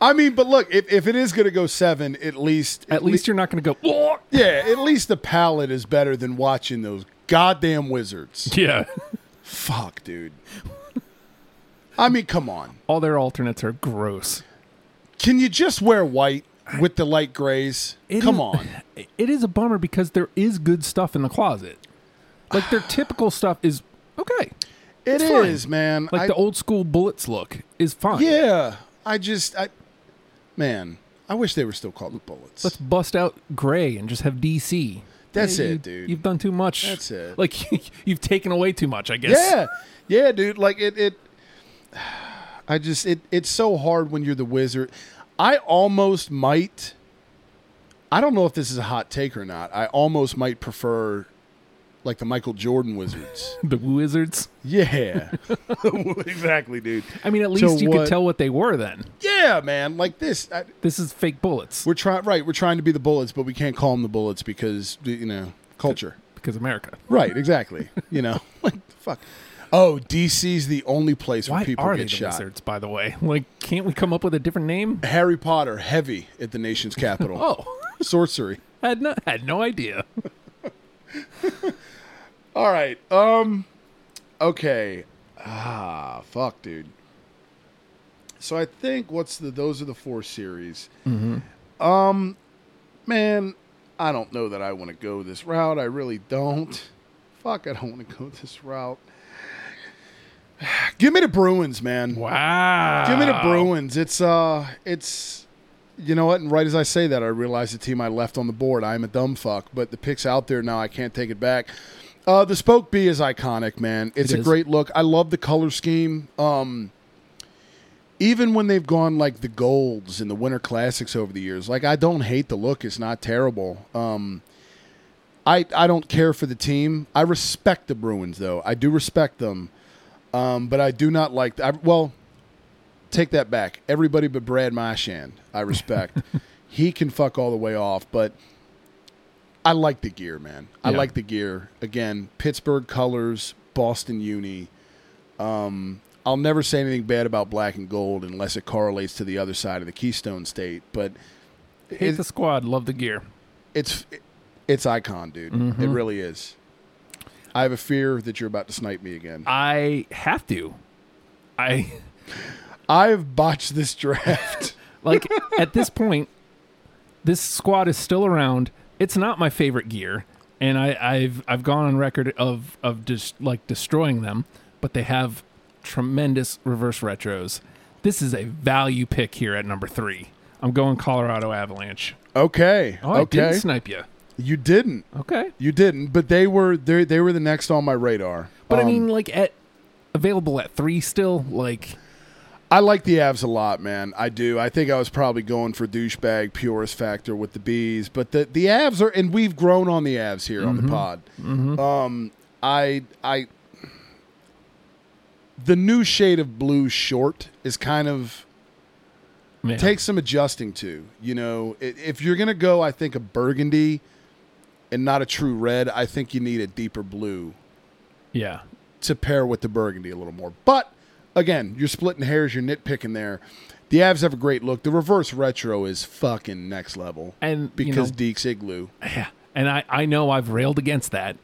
[SPEAKER 2] I mean, but look, if, if it is going to go seven, at least
[SPEAKER 1] At least you're not gonna go. "Whoa!"
[SPEAKER 2] yeah, at least the palette is better than watching those goddamn wizards.
[SPEAKER 1] Yeah,
[SPEAKER 2] Fuck, dude. I mean, come on.
[SPEAKER 1] all their alternates are gross.
[SPEAKER 2] Can you just wear white with the light grays?
[SPEAKER 1] It
[SPEAKER 2] Come
[SPEAKER 1] is-
[SPEAKER 2] on.
[SPEAKER 1] It is a bummer because there is good stuff in the closet. Like their typical stuff is okay.
[SPEAKER 2] It
[SPEAKER 1] fine.
[SPEAKER 2] is, man.
[SPEAKER 1] Like
[SPEAKER 2] I-
[SPEAKER 1] the old school bullets look is fine.
[SPEAKER 2] yeah. I just, I, man, I wish they were still called the bullets.
[SPEAKER 1] Let's bust out gray and just have DC.
[SPEAKER 2] That's
[SPEAKER 1] Yeah,
[SPEAKER 2] it,
[SPEAKER 1] you-
[SPEAKER 2] dude.
[SPEAKER 1] You've done too much.
[SPEAKER 2] That's it.
[SPEAKER 1] Like you've taken away too much, I guess.
[SPEAKER 2] yeah. Yeah, dude. Like it, it, I just, it, it's so hard when you're the wizard. I almost might, I don't know if this is a hot take or not. I almost might prefer like the Michael Jordan wizards.
[SPEAKER 1] The wizards.
[SPEAKER 2] yeah. exactly, dude.
[SPEAKER 1] I mean, at
[SPEAKER 2] So
[SPEAKER 1] least you
[SPEAKER 2] what-
[SPEAKER 1] could tell what they were then.
[SPEAKER 2] Yeah, man. Like this. I,
[SPEAKER 1] This is fake bullets
[SPEAKER 2] We're trying right. We're trying to be the bullets, but we can't call them the bullets because you know culture.
[SPEAKER 1] because America.
[SPEAKER 2] Right. Exactly. you know. Like fuck. Oh, DC's the only place where
[SPEAKER 1] Why
[SPEAKER 2] people
[SPEAKER 1] are they
[SPEAKER 2] get
[SPEAKER 1] the
[SPEAKER 2] shot.
[SPEAKER 1] wizards, by the way? Like, can't we come up with a different name?
[SPEAKER 2] Harry Potter heavy at the nation's capital.
[SPEAKER 1] Oh,
[SPEAKER 2] sorcery.
[SPEAKER 1] had no, had no idea.
[SPEAKER 2] All right. Um. Okay. Ah, fuck, dude. So I think what's the those are the four series. Mm-hmm. Um, man, I don't know that I want to go this route. I really don't. Fuck, I don't want to go this route. Give me the Bruins, man.
[SPEAKER 1] Wow.
[SPEAKER 2] Give me the Bruins. It's uh, it's you know what? And right as I say that, I realize the team I left on the board. I'm a dumb fuck, but the pick's out there now. I can't take it back. Uh, the Spoke B is iconic, man. It's
[SPEAKER 1] It
[SPEAKER 2] a
[SPEAKER 1] is.
[SPEAKER 2] great look. I love the color scheme. Um, even when they've gone like the golds and the winter classics over the years, like I don't hate the look. It's not terrible. Um, I I don't care for the team. I respect the Bruins though. I do respect them. Um, but I do not like. I, well, take that back. Everybody but Brad Marchand, I respect. he can fuck all the way off, but I like the gear, man. I
[SPEAKER 1] Yeah.
[SPEAKER 2] like the gear. Again, Pittsburgh colors, Boston uni. Um, I'll never say anything bad about black and gold unless it correlates to the other side of the Keystone State, but
[SPEAKER 1] Hate
[SPEAKER 2] it-
[SPEAKER 1] the squad, love the gear.
[SPEAKER 2] it's it's icon, dude. It really is. I have a fear that you're about to snipe me again.
[SPEAKER 1] I have to. I
[SPEAKER 2] I've botched this draft.
[SPEAKER 1] like at this point, this squad is still around. It's not my favorite gear, and I, I've I've gone on record of of just like destroying them. But they have tremendous reverse retros. This is a value pick here at number three. I'm going Colorado Avalanche.
[SPEAKER 2] Okay.
[SPEAKER 1] Oh, I
[SPEAKER 2] okay.
[SPEAKER 1] didn't snipe you.
[SPEAKER 2] you didn't.
[SPEAKER 1] Okay,
[SPEAKER 2] You didn't, but they were they they were the next on my radar.
[SPEAKER 1] but I
[SPEAKER 2] Um,
[SPEAKER 1] mean, like at available at three still. Like
[SPEAKER 2] I like the Avs a lot, man. I do. I think I was probably going for douchebag purist factor with the bees, but the the Avs are, and we've grown on the Avs here on the
[SPEAKER 1] Mm-hmm.
[SPEAKER 2] pod. Um, I I the new shade of blue short is kind of
[SPEAKER 1] man,
[SPEAKER 2] takes some adjusting to. You know, I- if you're gonna go, I think a burgundy and not a true red. I think you need a deeper blue
[SPEAKER 1] yeah,
[SPEAKER 2] to pair with the burgundy a little more. But again, you're splitting hairs, you're nitpicking there. The Avs have a great look. The reverse retro is fucking next level.
[SPEAKER 1] and you know,
[SPEAKER 2] because Deke's igloo.
[SPEAKER 1] Yeah. And I, I know I've railed against that,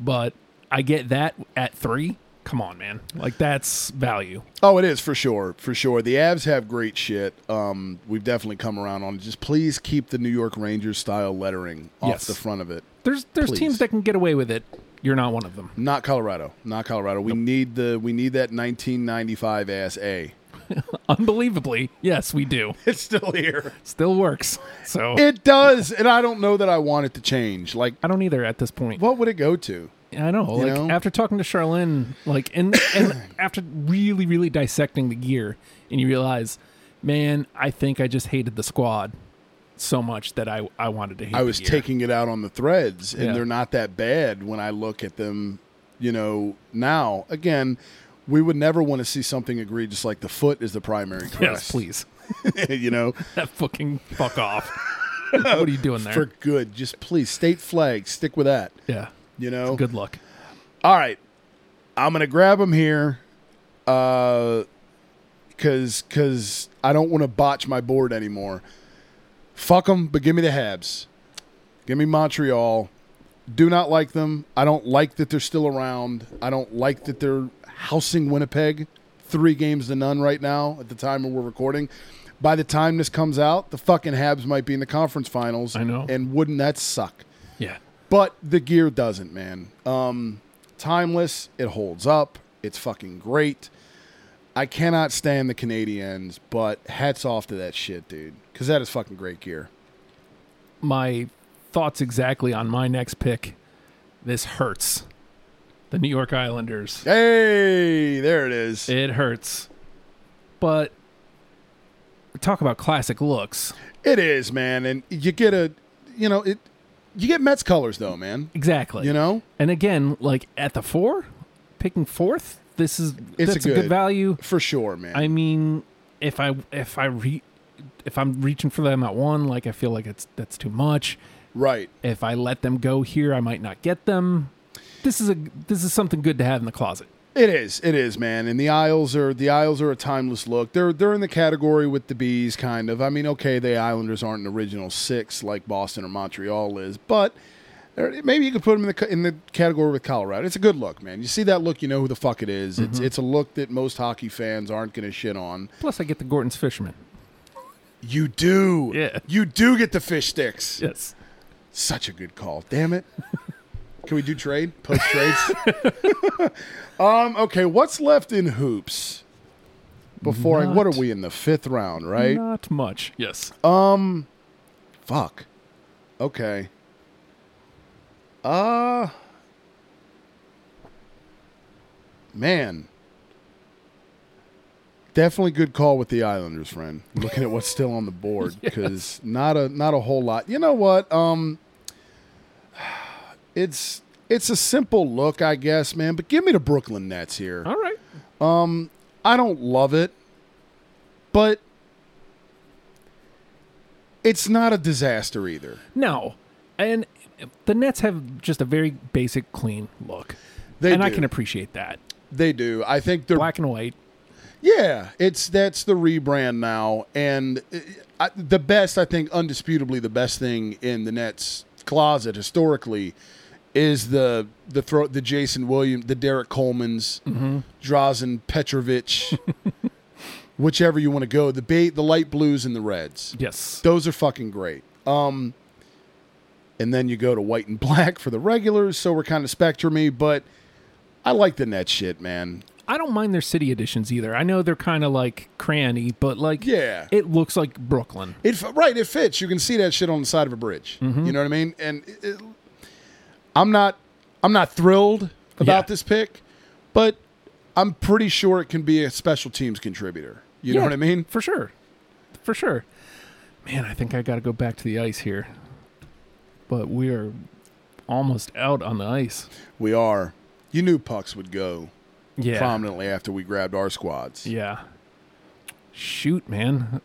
[SPEAKER 1] but I get that at three come on, man. Like that's value.
[SPEAKER 2] Oh, it is for sure, for sure. The Avs have great shit. Um, we've definitely come around on it. Just please keep the New York Rangers style lettering off
[SPEAKER 1] Yes.
[SPEAKER 2] the front of it.
[SPEAKER 1] There's there's
[SPEAKER 2] Please.
[SPEAKER 1] teams that can get away with it. You're not one of them.
[SPEAKER 2] Not Colorado. Not Colorado. We need the we need that 1995 ass A.
[SPEAKER 1] Unbelievably, yes, we do.
[SPEAKER 2] It's still here.
[SPEAKER 1] Still works. So
[SPEAKER 2] It does, and I don't know that I want it to change. Like,
[SPEAKER 1] I don't either at this point.
[SPEAKER 2] what would it go to?
[SPEAKER 1] I know. Like
[SPEAKER 2] know?
[SPEAKER 1] after talking to Charlene, like and and after really really dissecting the gear, and you realize, man, I think I just hated the squad so much that I I wanted to hate.
[SPEAKER 2] I
[SPEAKER 1] the
[SPEAKER 2] was
[SPEAKER 1] gear.
[SPEAKER 2] taking it out on the threads, and
[SPEAKER 1] Yeah.
[SPEAKER 2] they're not that bad when I look at them, you know, now. Again, we would never want to see something egregious like the foot is the primary
[SPEAKER 1] yes,
[SPEAKER 2] crest.
[SPEAKER 1] please.
[SPEAKER 2] you know,
[SPEAKER 1] That fucking fuck off. what are you doing there?
[SPEAKER 2] for good. Just please, state flag, stick with that,
[SPEAKER 1] yeah.
[SPEAKER 2] you know?
[SPEAKER 1] Good luck.
[SPEAKER 2] All right. I'm going to grab him here uh, cuz cuz I don't want to botch my board anymore. Fuck them, but give me the Habs. Give me Montreal. Do not like them. I don't like that they're still around. I don't like that they're housing Winnipeg 3 games to none right now at the time when we're recording. By the time this comes out, the fucking Habs might be in the conference finals.
[SPEAKER 1] I know.
[SPEAKER 2] And wouldn't that suck?
[SPEAKER 1] Yeah.
[SPEAKER 2] But the gear doesn't, man. Um, timeless. It holds up. It's fucking great. I cannot stand the Canadians, but hats off to that shit, dude. Because that is fucking great gear.
[SPEAKER 1] my thoughts exactly on my next pick. This hurts. The New York Islanders.
[SPEAKER 2] Hey, there it is.
[SPEAKER 1] It hurts. But talk about classic looks.
[SPEAKER 2] It is, man. And you get a, you know, it. You get Mets colors though, man.
[SPEAKER 1] Exactly.
[SPEAKER 2] You know,
[SPEAKER 1] And again, like at the four, picking fourth, this is
[SPEAKER 2] It's
[SPEAKER 1] that's
[SPEAKER 2] a
[SPEAKER 1] a good
[SPEAKER 2] good-
[SPEAKER 1] value.
[SPEAKER 2] for sure, man.
[SPEAKER 1] I mean, if I if I re if I'm reaching for them at one, like I feel like it's that's too much.
[SPEAKER 2] right.
[SPEAKER 1] If I let them go here, I might not get them. This is a this is something good to have in the closet.
[SPEAKER 2] It is, it is, man. And the Isles are the Isles are a timeless look. They're they're in the category with the bees, kind of. I mean, okay, the Islanders aren't an original six like Boston or Montreal is, but they're- maybe you could put them in the co- in the category with Colorado. It's a good look, man. You see that look, you know who the fuck it is. It's it's a look that most hockey fans aren't going to shit on.
[SPEAKER 1] Plus, I get the Gordon's Fisherman.
[SPEAKER 2] You do,
[SPEAKER 1] Yeah.
[SPEAKER 2] You do get the fish sticks.
[SPEAKER 1] Yes.
[SPEAKER 2] Such a good call. Damn it. Can we do trade post trades? um. Okay. What's left in hoops? Before I, what are
[SPEAKER 1] Not-
[SPEAKER 2] we in the fifth round? Right. Uh,
[SPEAKER 1] Not much. Yes.
[SPEAKER 2] Fuck. Okay. Uh. Man. Definitely good call with the Islanders, friend. Looking at what's still on the board because not a not a whole lot. You know what? Um. It's it's a simple look, I guess, man. But give me the Brooklyn Nets here.
[SPEAKER 1] All right.
[SPEAKER 2] I don't love it, but it's not a disaster either.
[SPEAKER 1] No. And the Nets have just a very basic, clean look.
[SPEAKER 2] They
[SPEAKER 1] and I
[SPEAKER 2] do.
[SPEAKER 1] can appreciate that.
[SPEAKER 2] They do. I think they're
[SPEAKER 1] Black and white.
[SPEAKER 2] yeah. It's that's the rebrand now, and uh, I, the best I think, undisputably, the best thing in the Nets closet historically is the the throw the Jason Williams, the Derek Coleman's,
[SPEAKER 1] Mm-hmm.
[SPEAKER 2] Drazen Petrovic, whichever you want to go. The ba- the light blues and the reds.
[SPEAKER 1] Yes.
[SPEAKER 2] Those are fucking great. Um, and then you go to white and black for the regulars, so we're kind of spectrumy, but I like the net shit, man.
[SPEAKER 1] I don't mind their city editions either. I know they're kind of like cranny, but like,
[SPEAKER 2] Yeah.
[SPEAKER 1] it looks like Brooklyn.
[SPEAKER 2] It f- right, it fits. You can see that shit on the side of a bridge.
[SPEAKER 1] Mm-hmm.
[SPEAKER 2] You know what I mean? And it, it- I'm not I'm not thrilled about
[SPEAKER 1] Yeah.
[SPEAKER 2] this pick, but I'm pretty sure it can be a special teams contributor. You know
[SPEAKER 1] Yeah,
[SPEAKER 2] what I mean?
[SPEAKER 1] For sure. For sure. Man, I think I got to go back to the ice here. But we are almost out on the ice.
[SPEAKER 2] We are. You knew pucks would go
[SPEAKER 1] Yeah.
[SPEAKER 2] prominently after we grabbed our squads.
[SPEAKER 1] Yeah. Shoot, man.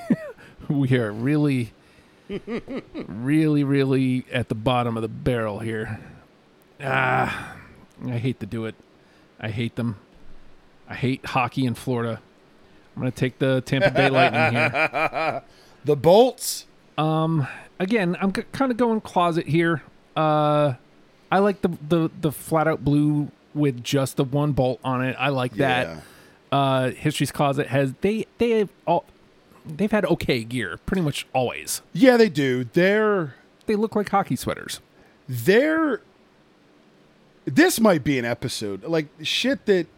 [SPEAKER 1] we are really, really, really at the bottom of the barrel here. Ah, I hate to do it. I hate them. I hate hockey in Florida. I'm going to take the Tampa Bay Lightning here.
[SPEAKER 2] The bolts.
[SPEAKER 1] Again, I'm kind of going closet here. Uh, I like the, the, the flat out blue with just the one bolt on it. I like
[SPEAKER 2] Yeah.
[SPEAKER 1] that. Uh, History's Closet has they they have all they've had okay gear pretty much always.
[SPEAKER 2] Yeah, they do. They're
[SPEAKER 1] They look like hockey sweaters.
[SPEAKER 2] they're this might be an episode. Like shit that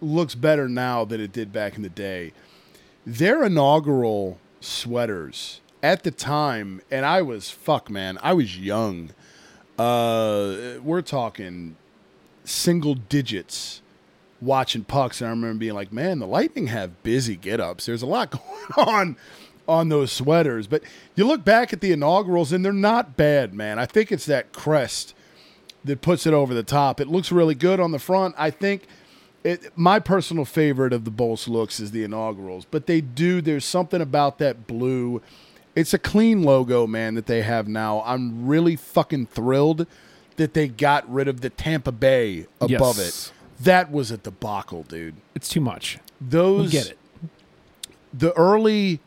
[SPEAKER 2] looks better now than it did back in the day. Their inaugural sweaters at the time, and I was fuck man, I was young. Uh we're talking single digits watching pucks and I remember being like, man, the Lightning have busy get ups. There's a lot going on on those sweaters. But you look back at the inaugurals and they're not bad, man. I think it's that crest that puts it over the top. It looks really good on the front. I think it, my personal favorite of the Bolts looks is the inaugurals, but they do, there's something about that blue. It's a clean logo, man, that they have now. I'm really fucking thrilled that they got rid of the Tampa Bay above
[SPEAKER 1] Yes.
[SPEAKER 2] it. That was a debacle, dude.
[SPEAKER 1] It's too much.
[SPEAKER 2] Those
[SPEAKER 1] We get it.
[SPEAKER 2] the early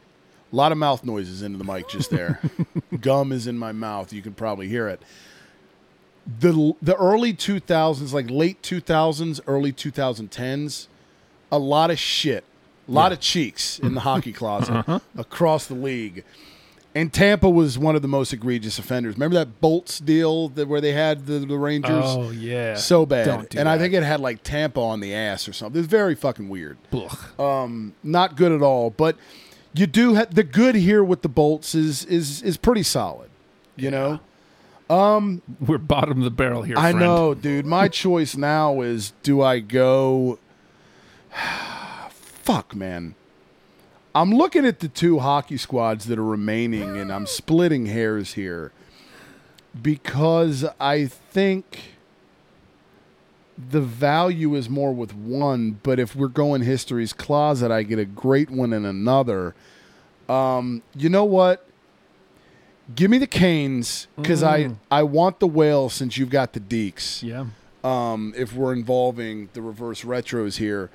[SPEAKER 2] lot of mouth noises into the mic just there. Gum is in my mouth. You can probably hear it. The the early 2000s, like late 2000s, early 2010s, a lot of shit. A lot of cheeks in the hockey closet
[SPEAKER 1] Uh-huh.
[SPEAKER 2] across the league. And Tampa was one of the most egregious offenders. Remember that Bolts deal that where they had the, the Rangers?
[SPEAKER 1] Oh yeah,
[SPEAKER 2] so bad.
[SPEAKER 1] Don't do
[SPEAKER 2] and I
[SPEAKER 1] that.
[SPEAKER 2] think it had like Tampa on the ass or something. It's very fucking weird
[SPEAKER 1] Ugh.
[SPEAKER 2] not good at all. But you do have the good here with the bolts is is is pretty solid. You know,
[SPEAKER 1] We're bottom of the barrel here.
[SPEAKER 2] I
[SPEAKER 1] friend.
[SPEAKER 2] know, dude. My choice now is: do I go? Fuck, man. I'm looking at the two hockey squads that are remaining, and I'm splitting hairs here because I think the value is more with one. But if we're going history's closet, I get a great one and another. Um, you know what? Give me the Canes because I I want the whale since you've got the Deeks
[SPEAKER 1] Yeah,
[SPEAKER 2] um, if we're involving the reverse retros here.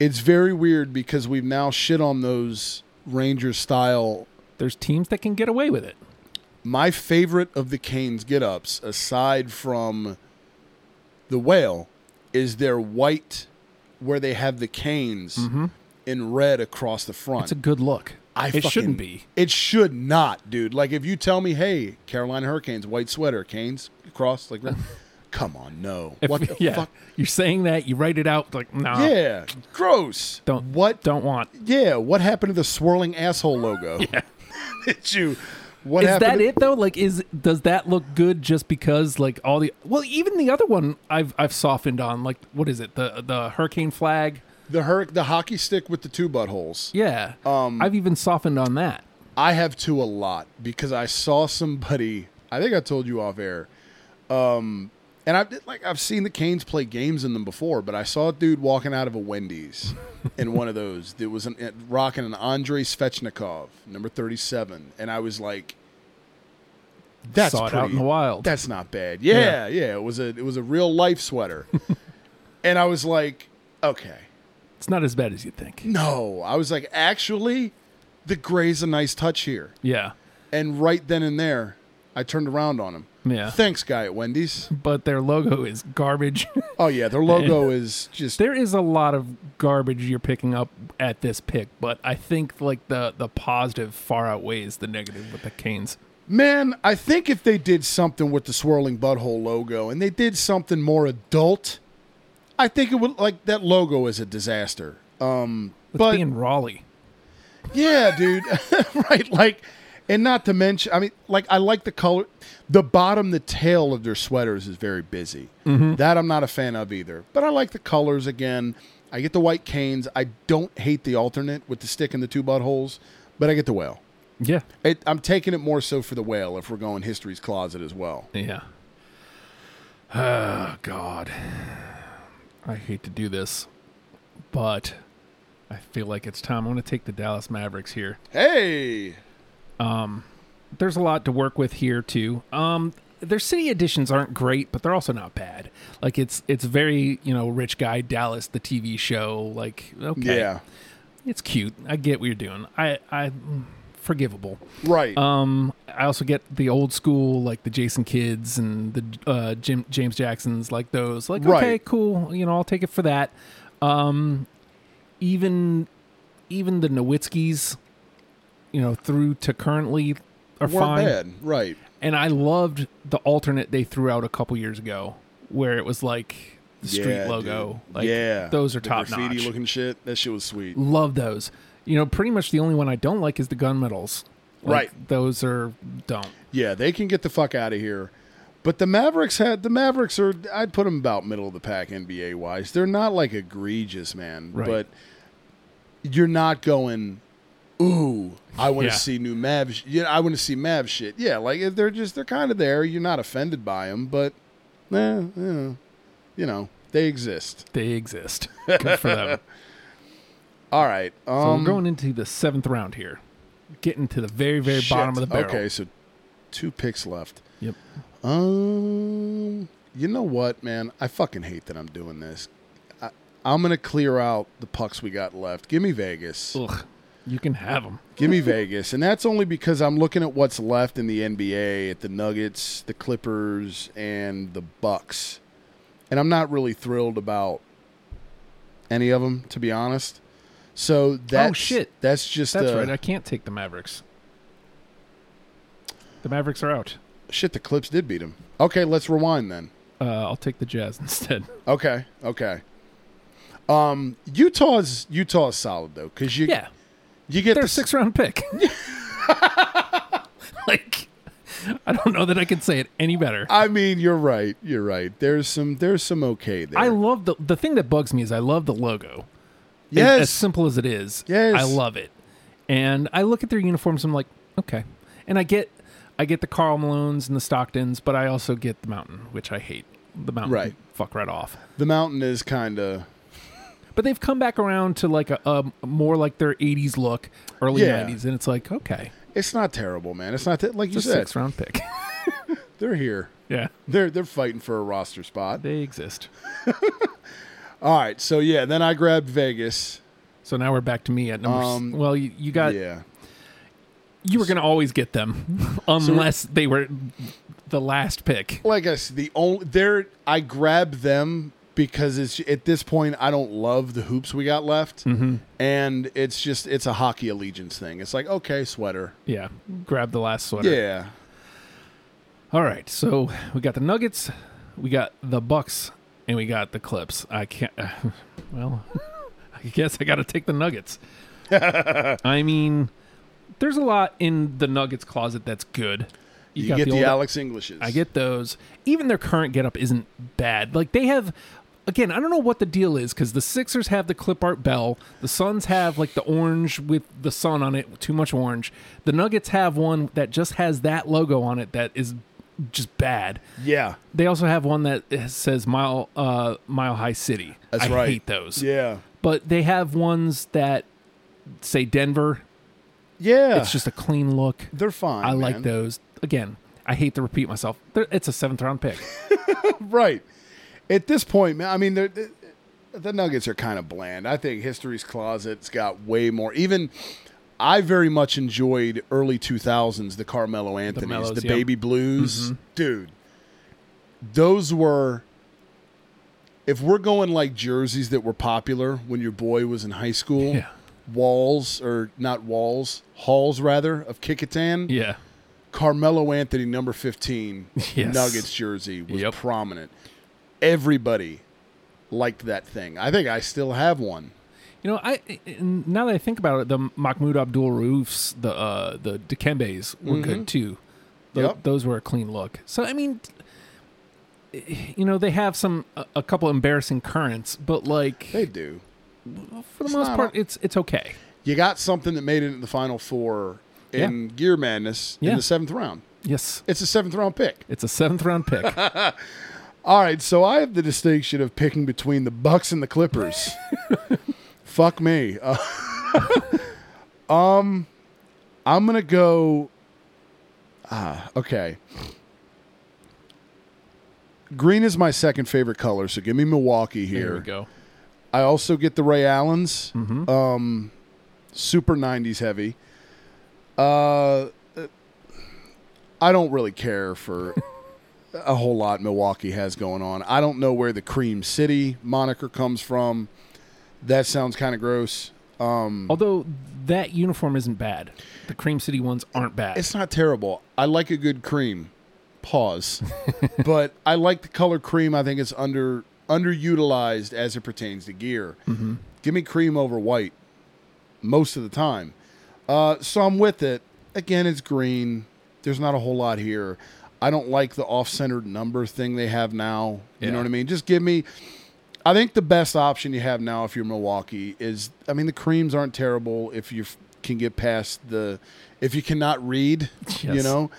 [SPEAKER 2] It's very weird because we've now shit on those Ranger style.
[SPEAKER 1] there's teams that can get away with it.
[SPEAKER 2] My favorite of the Canes get ups, aside from the whale, is their white where they have the canes in red across the front.
[SPEAKER 1] Mm-hmm. It's a good look.
[SPEAKER 2] I
[SPEAKER 1] it
[SPEAKER 2] fucking-
[SPEAKER 1] shouldn't be.
[SPEAKER 2] It should not, dude. Like if you tell me, hey, Carolina Hurricanes, white sweater, canes across, like, come on, no.
[SPEAKER 1] If-
[SPEAKER 2] what the
[SPEAKER 1] yeah,
[SPEAKER 2] fuck?
[SPEAKER 1] You're saying that you write it out like nah.
[SPEAKER 2] Yeah, gross.
[SPEAKER 1] Don't
[SPEAKER 2] what?
[SPEAKER 1] Don't want.
[SPEAKER 2] Yeah, what happened to the swirling asshole logo? Yeah, did you? What
[SPEAKER 1] Is
[SPEAKER 2] happened?
[SPEAKER 1] that
[SPEAKER 2] to-
[SPEAKER 1] it though? Like, is does that look good just because like all the well, even the other one I've I've softened on. Like, what is it? The the hurricane flag.
[SPEAKER 2] The hurric the hockey stick with the two buttholes.
[SPEAKER 1] Yeah.
[SPEAKER 2] Um,
[SPEAKER 1] I've even softened on that.
[SPEAKER 2] I have two a lot because I saw somebody. I think I told you off air. Um, and I've like I've seen the Canes play games in them before, but I saw a dude walking out of a Wendy's in one of those that was an, it- rocking an Andrei Svechnikov, number thirty-seven, and I was like, "That's
[SPEAKER 1] Saw it out in
[SPEAKER 2] pretty-
[SPEAKER 1] the wild.
[SPEAKER 2] That's not bad. Yeah, yeah, It was a it was a real life sweater, and I was like, okay,
[SPEAKER 1] It's not as bad as you think.
[SPEAKER 2] no. I was like, actually, the gray's a nice touch here.
[SPEAKER 1] Yeah.
[SPEAKER 2] And right then and there, I turned around on him.
[SPEAKER 1] Yeah.
[SPEAKER 2] Thanks, guy at Wendy's.
[SPEAKER 1] But their logo is garbage.
[SPEAKER 2] Oh yeah, their logo is just
[SPEAKER 1] there is a lot of garbage you're picking up at this pick, but I think like the the positive far outweighs the negative with the Canes.
[SPEAKER 2] man. I think if they did something with the swirling butthole logo and they did something more adult, I think it would like that logo is a disaster. Um,
[SPEAKER 1] Let's
[SPEAKER 2] but
[SPEAKER 1] be in Raleigh.
[SPEAKER 2] yeah, dude, right? Like, and not to mention, I mean, like I like the color. The bottom, the tail of their sweaters is very busy.
[SPEAKER 1] Mm-hmm.
[SPEAKER 2] That I'm not a fan of either. But I like the colors again. I get the white canes. I don't hate the alternate with the stick and the two buttholes, but I get the whale.
[SPEAKER 1] Yeah.
[SPEAKER 2] It, I'm taking it more so for the whale if we're going history's closet as well.
[SPEAKER 1] Yeah. Oh God. I hate to do this, but I feel like it's time. I'm going to take the Dallas Mavericks here.
[SPEAKER 2] Hey,
[SPEAKER 1] there's a lot to work with here too. Um, their city editions aren't great, but they're also not bad. Like it's it's very you know rich guy Dallas the TV show. Like okay,
[SPEAKER 2] yeah,
[SPEAKER 1] it's cute. I get what you're doing. I I forgivable.
[SPEAKER 2] Right.
[SPEAKER 1] Um, I also get the old school, like the Jason Kids and the uh, Jim, James Jacksons, like those. Like,
[SPEAKER 2] Right.
[SPEAKER 1] okay, cool. You know, I'll take it for that. Um, even even the Nowitzkis, you know, through to currently are
[SPEAKER 2] Weren't
[SPEAKER 1] fine.
[SPEAKER 2] bad. Right.
[SPEAKER 1] And I loved the alternate they threw out a couple years ago, where it was like the street
[SPEAKER 2] Yeah,
[SPEAKER 1] logo.
[SPEAKER 2] dude.
[SPEAKER 1] Like,
[SPEAKER 2] yeah.
[SPEAKER 1] those are
[SPEAKER 2] The
[SPEAKER 1] top
[SPEAKER 2] graffiti
[SPEAKER 1] notch.
[SPEAKER 2] looking shit. That shit was sweet.
[SPEAKER 1] Love those. You know, pretty much the only one I don't like is the gunmetals. Like,
[SPEAKER 2] Right.
[SPEAKER 1] Those are don't.
[SPEAKER 2] Yeah, they can get the fuck out of here. But the Mavericks had the Mavericks are I'd put them about middle of the pack NBA wise. They're not like egregious, man.
[SPEAKER 1] Right.
[SPEAKER 2] But you're not going. Ooh, I want to
[SPEAKER 1] Yeah.
[SPEAKER 2] see new Mavs. sh- Yeah, I want to see Mav shit. Yeah, like they're just they're kind of there. You're not offended by them, but eh, yeah, you know they exist.
[SPEAKER 1] They exist. Good for them.
[SPEAKER 2] All right,
[SPEAKER 1] So
[SPEAKER 2] um,
[SPEAKER 1] we're going into the seventh round here. Getting to the very, very
[SPEAKER 2] shit.
[SPEAKER 1] bottom of the barrel.
[SPEAKER 2] Okay, so two picks left.
[SPEAKER 1] Yep.
[SPEAKER 2] Um, you know what, man? I fucking hate that I'm doing this. I, I'm gonna clear out the pucks we got left. Give me Vegas.
[SPEAKER 1] Ugh. You can have them.
[SPEAKER 2] Give me Vegas, and that's only because I'm looking at what's left in the NBA at the Nuggets, the Clippers, and the Bucks, and I'm not really thrilled about any of them, to be honest. So that's
[SPEAKER 1] Oh, shit.
[SPEAKER 2] That's just
[SPEAKER 1] That's
[SPEAKER 2] uh,
[SPEAKER 1] right. I can't take the Mavericks. The Mavericks are out.
[SPEAKER 2] shit. The Clips did beat them. Okay, let's rewind then.
[SPEAKER 1] Uh, I'll take the Jazz instead.
[SPEAKER 2] Okay, okay. Um, Utah's Utah's solid though, because you
[SPEAKER 1] Yeah.
[SPEAKER 2] you get
[SPEAKER 1] They're
[SPEAKER 2] the
[SPEAKER 1] a six round pick. like, I don't know that I can say it any better.
[SPEAKER 2] I mean, you're right. You're right. There's some there's some okay there.
[SPEAKER 1] I love the the thing that bugs me is I love the logo. As, as
[SPEAKER 2] yes,
[SPEAKER 1] simple as it is.
[SPEAKER 2] Yes.
[SPEAKER 1] I love it. And I look at their uniforms I'm like, okay. And I get I get the Carl Malones and the Stocktons, but I also get the Mountain, which I hate. The Mountain
[SPEAKER 2] Right.
[SPEAKER 1] fuck right off.
[SPEAKER 2] the mountain is kind of
[SPEAKER 1] But they've come back around to like a, a more like their 80s look, early
[SPEAKER 2] Yeah.
[SPEAKER 1] 90s and it's like, okay.
[SPEAKER 2] it's not terrible, man. It's not that like you
[SPEAKER 1] It's a
[SPEAKER 2] said.
[SPEAKER 1] 6 round pick.
[SPEAKER 2] They're here.
[SPEAKER 1] yeah.
[SPEAKER 2] They're they're fighting for a roster spot.
[SPEAKER 1] They exist.
[SPEAKER 2] All right, so yeah, then I grabbed Vegas.
[SPEAKER 1] So now we're back to me at number s-
[SPEAKER 2] Um,
[SPEAKER 1] well you, you got
[SPEAKER 2] yeah,
[SPEAKER 1] you were going to always get them unless they were the last pick.
[SPEAKER 2] like I said, the only there I grabbed them because it's at this point I don't love the hoops we got left,
[SPEAKER 1] Mm-hmm.
[SPEAKER 2] and it's just it's a hockey allegiance thing. It's like okay, sweater,
[SPEAKER 1] Yeah. Grab the last sweater.
[SPEAKER 2] yeah,
[SPEAKER 1] All right, so we got the Nuggets, we got the Bucks, and we got the Clips. I can't. uh, well, I guess I got to take the Nuggets. I mean, there's a lot in the Nuggets closet that's good.
[SPEAKER 2] you,
[SPEAKER 1] got
[SPEAKER 2] get the,
[SPEAKER 1] old-
[SPEAKER 2] Alex Englishes.
[SPEAKER 1] I get those. Even their current getup isn't bad. Like they have. Again, I don't know what the deal is because the Sixers have the clip art bell. The Suns have like the orange with the sun on it, too much orange. The Nuggets have one that just has that logo on it that is just bad.
[SPEAKER 2] yeah,
[SPEAKER 1] They also have one that says mile uh, mile high city.
[SPEAKER 2] that's
[SPEAKER 1] I
[SPEAKER 2] right.
[SPEAKER 1] hate those.
[SPEAKER 2] Yeah,
[SPEAKER 1] But they have ones that say Denver.
[SPEAKER 2] yeah,
[SPEAKER 1] It's just a clean look.
[SPEAKER 2] they're fine.
[SPEAKER 1] I like
[SPEAKER 2] man.
[SPEAKER 1] those. Again, I hate to repeat myself. They're, it's a seventh round pick.
[SPEAKER 2] right. At this point, man, I mean, they're, the- the Nuggets are kind of bland. I think History's Closet's got way more. Even I very much enjoyed early 2000s, the Carmelo Anthony's, the,
[SPEAKER 1] Mellos, yeah. Mm-hmm.
[SPEAKER 2] Baby Blues. Dude, those were. If we're going like jerseys that were popular when your boy was in high school,
[SPEAKER 1] Yeah.
[SPEAKER 2] walls, or not walls, halls rather, of Kikatan.
[SPEAKER 1] yeah.
[SPEAKER 2] Carmelo Anthony, number 15,
[SPEAKER 1] Yes.
[SPEAKER 2] Nuggets jersey was
[SPEAKER 1] Yep.
[SPEAKER 2] prominent. Everybody liked that thing. I think I still have one.
[SPEAKER 1] You know, I and now that I think about it, the Mahmoud Abdul Rauf's, the uh, the Dikembe's were good too. Tho-
[SPEAKER 2] Yep.
[SPEAKER 1] Those were a clean look. So I mean, you know, they have some a, a couple embarrassing currents, but like
[SPEAKER 2] They do.
[SPEAKER 1] for the most
[SPEAKER 2] not
[SPEAKER 1] part,
[SPEAKER 2] a-
[SPEAKER 1] it's it's okay.
[SPEAKER 2] You got something that made it in the final four in Gear Madness
[SPEAKER 1] Yeah.
[SPEAKER 2] in the seventh round.
[SPEAKER 1] Yes,
[SPEAKER 2] It's a seventh round pick.
[SPEAKER 1] it's a seventh round pick.
[SPEAKER 2] All right, so I have the distinction of picking between the Bucks and the Clippers. Fuck me. Uh, um, I'm gonna go. Ah, okay. Green is my second favorite color, so give me Milwaukee
[SPEAKER 1] Here we
[SPEAKER 2] here.
[SPEAKER 1] go.
[SPEAKER 2] I also get the Ray Allens, um, super '90s heavy. Uh, I don't really care for a whole lot Milwaukee has going on. I don't know where the Cream City moniker comes from. That sounds kind of gross.
[SPEAKER 1] Although that uniform isn't bad. The Cream City ones aren't bad.
[SPEAKER 2] It's not terrible. I like a good cream. Pause. but I like the color cream. I think it's under underutilized as it pertains to gear.
[SPEAKER 1] Mm-hmm.
[SPEAKER 2] Give me cream over white most of the time. Uh, so I'm with it. Again, it's green. There's not a whole lot here. I don't like the off-centered number thing they have now. You
[SPEAKER 1] Yeah.
[SPEAKER 2] know what I mean? Just give me. I think the best option you have now, if you're Milwaukee, is I mean the creams aren't terrible if you f- can get past the if you cannot read. You
[SPEAKER 1] Yes.
[SPEAKER 2] know,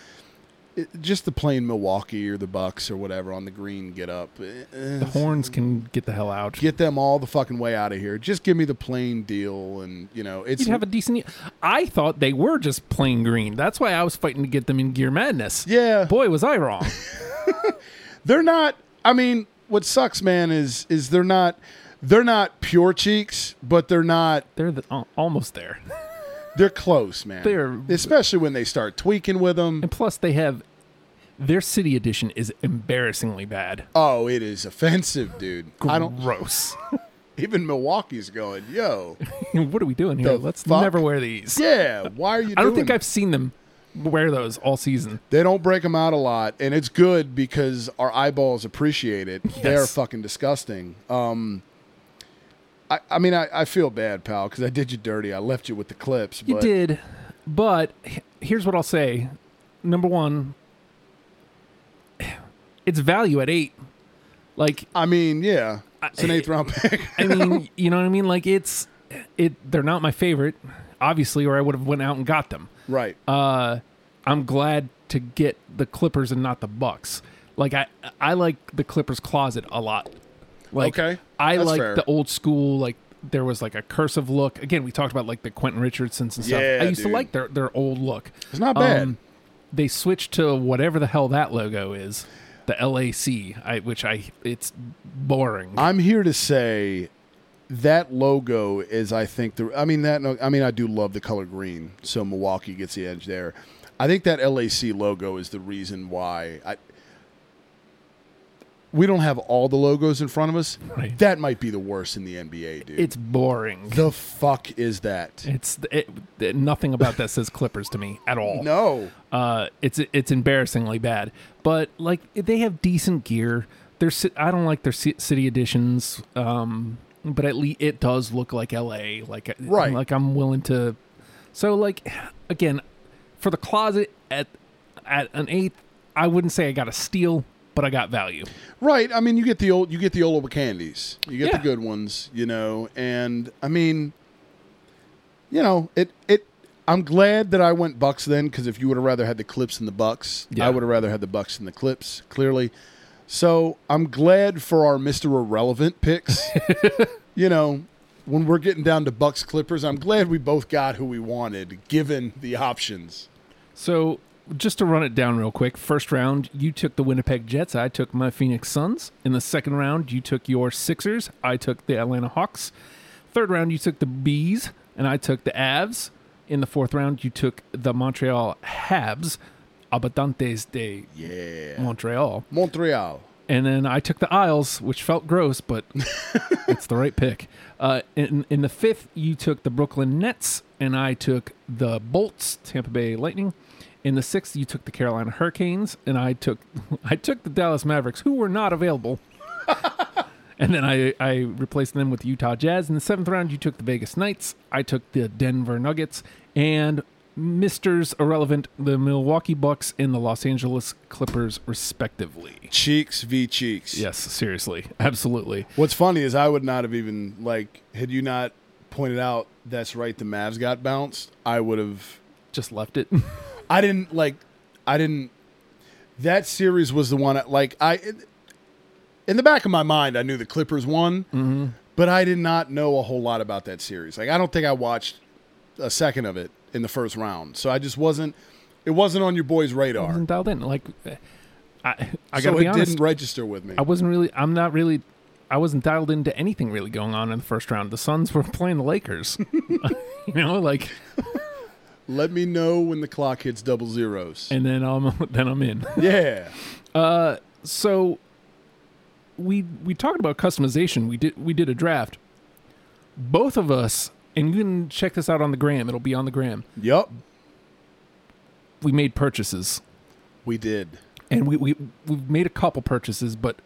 [SPEAKER 2] It- just the plain Milwaukee or the Bucks or whatever on the green get up. Eh, eh,
[SPEAKER 1] the horns can get the hell out.
[SPEAKER 2] Get them all the fucking way out of here. Just give me the plain deal, and you know it's
[SPEAKER 1] You'd have a decent. year. I thought they were just plain green. That's why I was fighting to get them in Gear Madness.
[SPEAKER 2] yeah.
[SPEAKER 1] Boy, was I wrong.
[SPEAKER 2] they're not i mean what sucks man is is they're not they're not pure cheeks but they're not
[SPEAKER 1] They're the, al- almost there.
[SPEAKER 2] they're close man
[SPEAKER 1] They're-
[SPEAKER 2] especially when they start tweaking with them
[SPEAKER 1] And plus, they have their city edition is embarrassingly bad.
[SPEAKER 2] oh it is offensive dude i don't
[SPEAKER 1] Gross.
[SPEAKER 2] even milwaukee's going yo
[SPEAKER 1] what are we doing here?
[SPEAKER 2] The
[SPEAKER 1] Let's
[SPEAKER 2] fuck?
[SPEAKER 1] never wear these.
[SPEAKER 2] yeah why are you
[SPEAKER 1] I don't
[SPEAKER 2] doing
[SPEAKER 1] think I've seen them wear those all season.
[SPEAKER 2] they don't break them out a lot and it's good because our eyeballs appreciate it they're
[SPEAKER 1] Yes.
[SPEAKER 2] fucking disgusting um i, I mean I, I feel bad pal because i did you dirty i left you with the clips
[SPEAKER 1] You
[SPEAKER 2] but
[SPEAKER 1] did, but h- here's what I'll say. Number one, it's value at eight. Like
[SPEAKER 2] i mean yeah it's an eighth round pick
[SPEAKER 1] I mean, you know what I mean? Like it's it they're not my favorite, obviously, or I would have went out and got them.
[SPEAKER 2] Right.
[SPEAKER 1] Uh I'm glad to get the Clippers and not the Bucks. Like I I like the Clippers closet a lot. Like
[SPEAKER 2] Okay.
[SPEAKER 1] I
[SPEAKER 2] That's
[SPEAKER 1] like
[SPEAKER 2] fair.
[SPEAKER 1] the old school like there was like a cursive look. Again, we talked about like the Quentin Richardsons and stuff.
[SPEAKER 2] Yeah,
[SPEAKER 1] I used
[SPEAKER 2] dude.
[SPEAKER 1] to like their their old look.
[SPEAKER 2] it's not bad.
[SPEAKER 1] Um, they switched to whatever the hell that logo is, the LAC, I, which I it's boring.
[SPEAKER 2] I'm here to say that logo is I think the I mean that I mean I do love the color green, so Milwaukee gets the edge there. I think that LAC logo is the reason why I we don't have all the logos in front of us.
[SPEAKER 1] Right.
[SPEAKER 2] That might be the worst in the NBA, dude.
[SPEAKER 1] it's boring.
[SPEAKER 2] the fuck is that?
[SPEAKER 1] It's it, it- nothing about that says Clippers to me at all.
[SPEAKER 2] No.
[SPEAKER 1] Uh, it's it's embarrassingly bad. But like they have decent gear. Their ci- I don't like their ci- city editions. Um, but at least it does look like L.A. Like uh,
[SPEAKER 2] Right.
[SPEAKER 1] Like I'm willing to. So like again, for the closet at at an eighth, I wouldn't say I got a steal, but I got value.
[SPEAKER 2] Right. I mean, you get the old, you get the old candies. You get the
[SPEAKER 1] Yeah.
[SPEAKER 2] good ones, you know. And I mean, you know, it it. I'm glad that I went Bucks then, because if you would have rather had the Clips than the Bucks, I
[SPEAKER 1] Yeah.
[SPEAKER 2] would have rather had the Bucks than the Clips. Clearly, so I'm glad for our Mister Irrelevant picks. you know, when we're getting down to Bucks Clippers, I'm glad we both got who we wanted, given the options.
[SPEAKER 1] So just to run it down real quick, first round you took the Winnipeg Jets, I took my Phoenix Suns. In the second round you took your Sixers, I took the Atlanta Hawks. Third round you took the Bees and I took the Avs. In the fourth round you took the Montreal Habs, Abadantes de
[SPEAKER 2] Yeah,
[SPEAKER 1] Montreal.
[SPEAKER 2] Montreal.
[SPEAKER 1] And then I took the Isles, which felt gross, but it's the right pick. Uh, in, in the fifth, you took the Brooklyn Nets, and I took the Bolts, Tampa Bay Lightning. In the sixth, you took the Carolina Hurricanes, and I took I took the Dallas Mavericks, who were not available. and then I, I replaced them with the Utah Jazz. In the seventh round, you took the Vegas Knights. I took the Denver Nuggets and Misters Irrelevant, the Milwaukee Bucks, and the Los Angeles Clippers, respectively.
[SPEAKER 2] Cheeks v cheeks.
[SPEAKER 1] Yes, seriously. Absolutely.
[SPEAKER 2] What's funny is I would not have even like had you not pointed out that's right the Mavs got bounced, I would have
[SPEAKER 1] Just left it.
[SPEAKER 2] I didn't like I didn't that series was the one I- like I in the back of my mind I knew the Clippers won,
[SPEAKER 1] Mm-hmm.
[SPEAKER 2] but I did not know a whole lot about that series. Like I don't think I watched a second of it in the first round. So I just wasn't it wasn't on your boys' radar.
[SPEAKER 1] wasn't dialed in. Like, eh, I, I
[SPEAKER 2] so
[SPEAKER 1] gotta
[SPEAKER 2] it
[SPEAKER 1] be honest.
[SPEAKER 2] didn't register with me.
[SPEAKER 1] I wasn't really, I'm not really, I wasn't dialed into anything really going on in the first round. The Suns were playing the Lakers. you know, like,
[SPEAKER 2] Let me know when the clock hits double zeros.
[SPEAKER 1] and then I'm then I'm in.
[SPEAKER 2] yeah.
[SPEAKER 1] so we we talked about customization. We did we did a draft. Both of us, and you can check this out on the gram. It'll be on the gram.
[SPEAKER 2] Yup.
[SPEAKER 1] We made purchases,
[SPEAKER 2] We did.
[SPEAKER 1] and we we we've made a couple purchases, but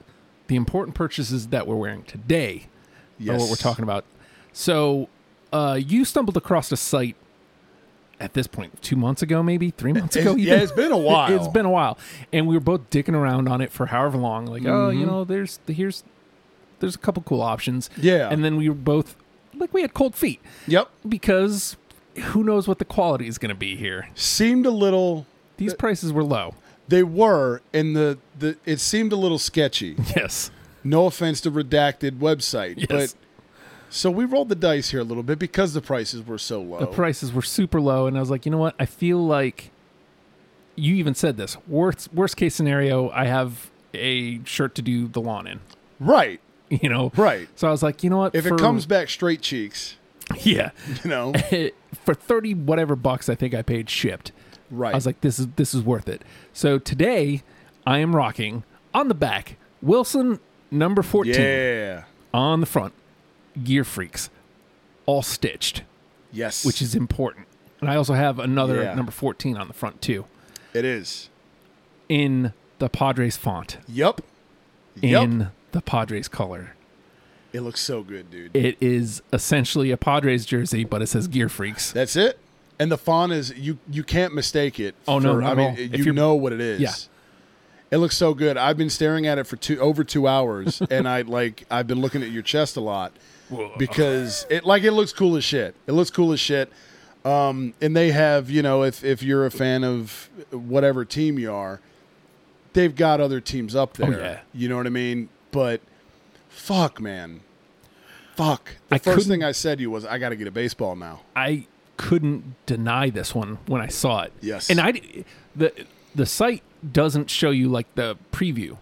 [SPEAKER 1] the important purchases that we're wearing today
[SPEAKER 2] Yes.
[SPEAKER 1] are what we're talking about. So, uh, you stumbled across a site at this point two months ago, maybe three months ago.
[SPEAKER 2] It's-
[SPEAKER 1] even?
[SPEAKER 2] yeah, it's been a while.
[SPEAKER 1] Oh, It's been a while, and we were both dicking around on it for however long. Like, oh,
[SPEAKER 2] Mm-hmm.
[SPEAKER 1] you know, there's here's there's a couple cool options.
[SPEAKER 2] Yeah.
[SPEAKER 1] and then we were both like we had cold feet
[SPEAKER 2] Yep.
[SPEAKER 1] because who knows what the quality is going to be here.
[SPEAKER 2] Seemed a little.
[SPEAKER 1] These prices were low.
[SPEAKER 2] They were, and the, the it seemed a little sketchy.
[SPEAKER 1] Yes,
[SPEAKER 2] No offense to redacted website,
[SPEAKER 1] Yes.
[SPEAKER 2] but so we rolled the dice here a little bit because the prices were so low.
[SPEAKER 1] the prices were super low, and I was like, you know what? I feel like you even said this worst worst case scenario. I have a shirt to do the lawn in.
[SPEAKER 2] right,
[SPEAKER 1] You know,
[SPEAKER 2] right.
[SPEAKER 1] So I was like, you know what?
[SPEAKER 2] If
[SPEAKER 1] for-
[SPEAKER 2] it comes back straight cheeks,
[SPEAKER 1] yeah,
[SPEAKER 2] you know,
[SPEAKER 1] for thirty whatever bucks, I think I paid shipped.
[SPEAKER 2] right.
[SPEAKER 1] I was like, this is this is worth it. So today, I am rocking on the back Wilson number fourteen
[SPEAKER 2] yeah,
[SPEAKER 1] on the front, Gear Freaks, all stitched,
[SPEAKER 2] yes,
[SPEAKER 1] which is important. And I also have another
[SPEAKER 2] Yeah.
[SPEAKER 1] number fourteen on the front too,
[SPEAKER 2] it is.
[SPEAKER 1] in the Padres font,
[SPEAKER 2] Yup, yup.
[SPEAKER 1] in the Padres color.
[SPEAKER 2] It looks so good, dude.
[SPEAKER 1] It is essentially a Padres jersey, but it says Gear Freaks.
[SPEAKER 2] That's it. And the font is you you can't mistake it.
[SPEAKER 1] Oh, no,
[SPEAKER 2] for-
[SPEAKER 1] not
[SPEAKER 2] I
[SPEAKER 1] at
[SPEAKER 2] mean
[SPEAKER 1] all. If
[SPEAKER 2] you
[SPEAKER 1] you're-
[SPEAKER 2] know what it is.
[SPEAKER 1] Yeah.
[SPEAKER 2] It looks so good. I've been staring at it for two over two hours, and I like I've been looking at your chest a lot because it like it looks cool as shit. It looks cool as shit. Um, and they have you know if if you're a fan of whatever team you are, they've got other teams up there.
[SPEAKER 1] Oh, yeah.
[SPEAKER 2] You know what I mean? But fuck, man, fuck. The
[SPEAKER 1] I
[SPEAKER 2] 1st
[SPEAKER 1] couldn't-
[SPEAKER 2] thing I said to you was I got to get a baseball now.
[SPEAKER 1] I couldn't deny this one when I saw it.
[SPEAKER 2] Yes.
[SPEAKER 1] and I d- the the site doesn't show you like the preview;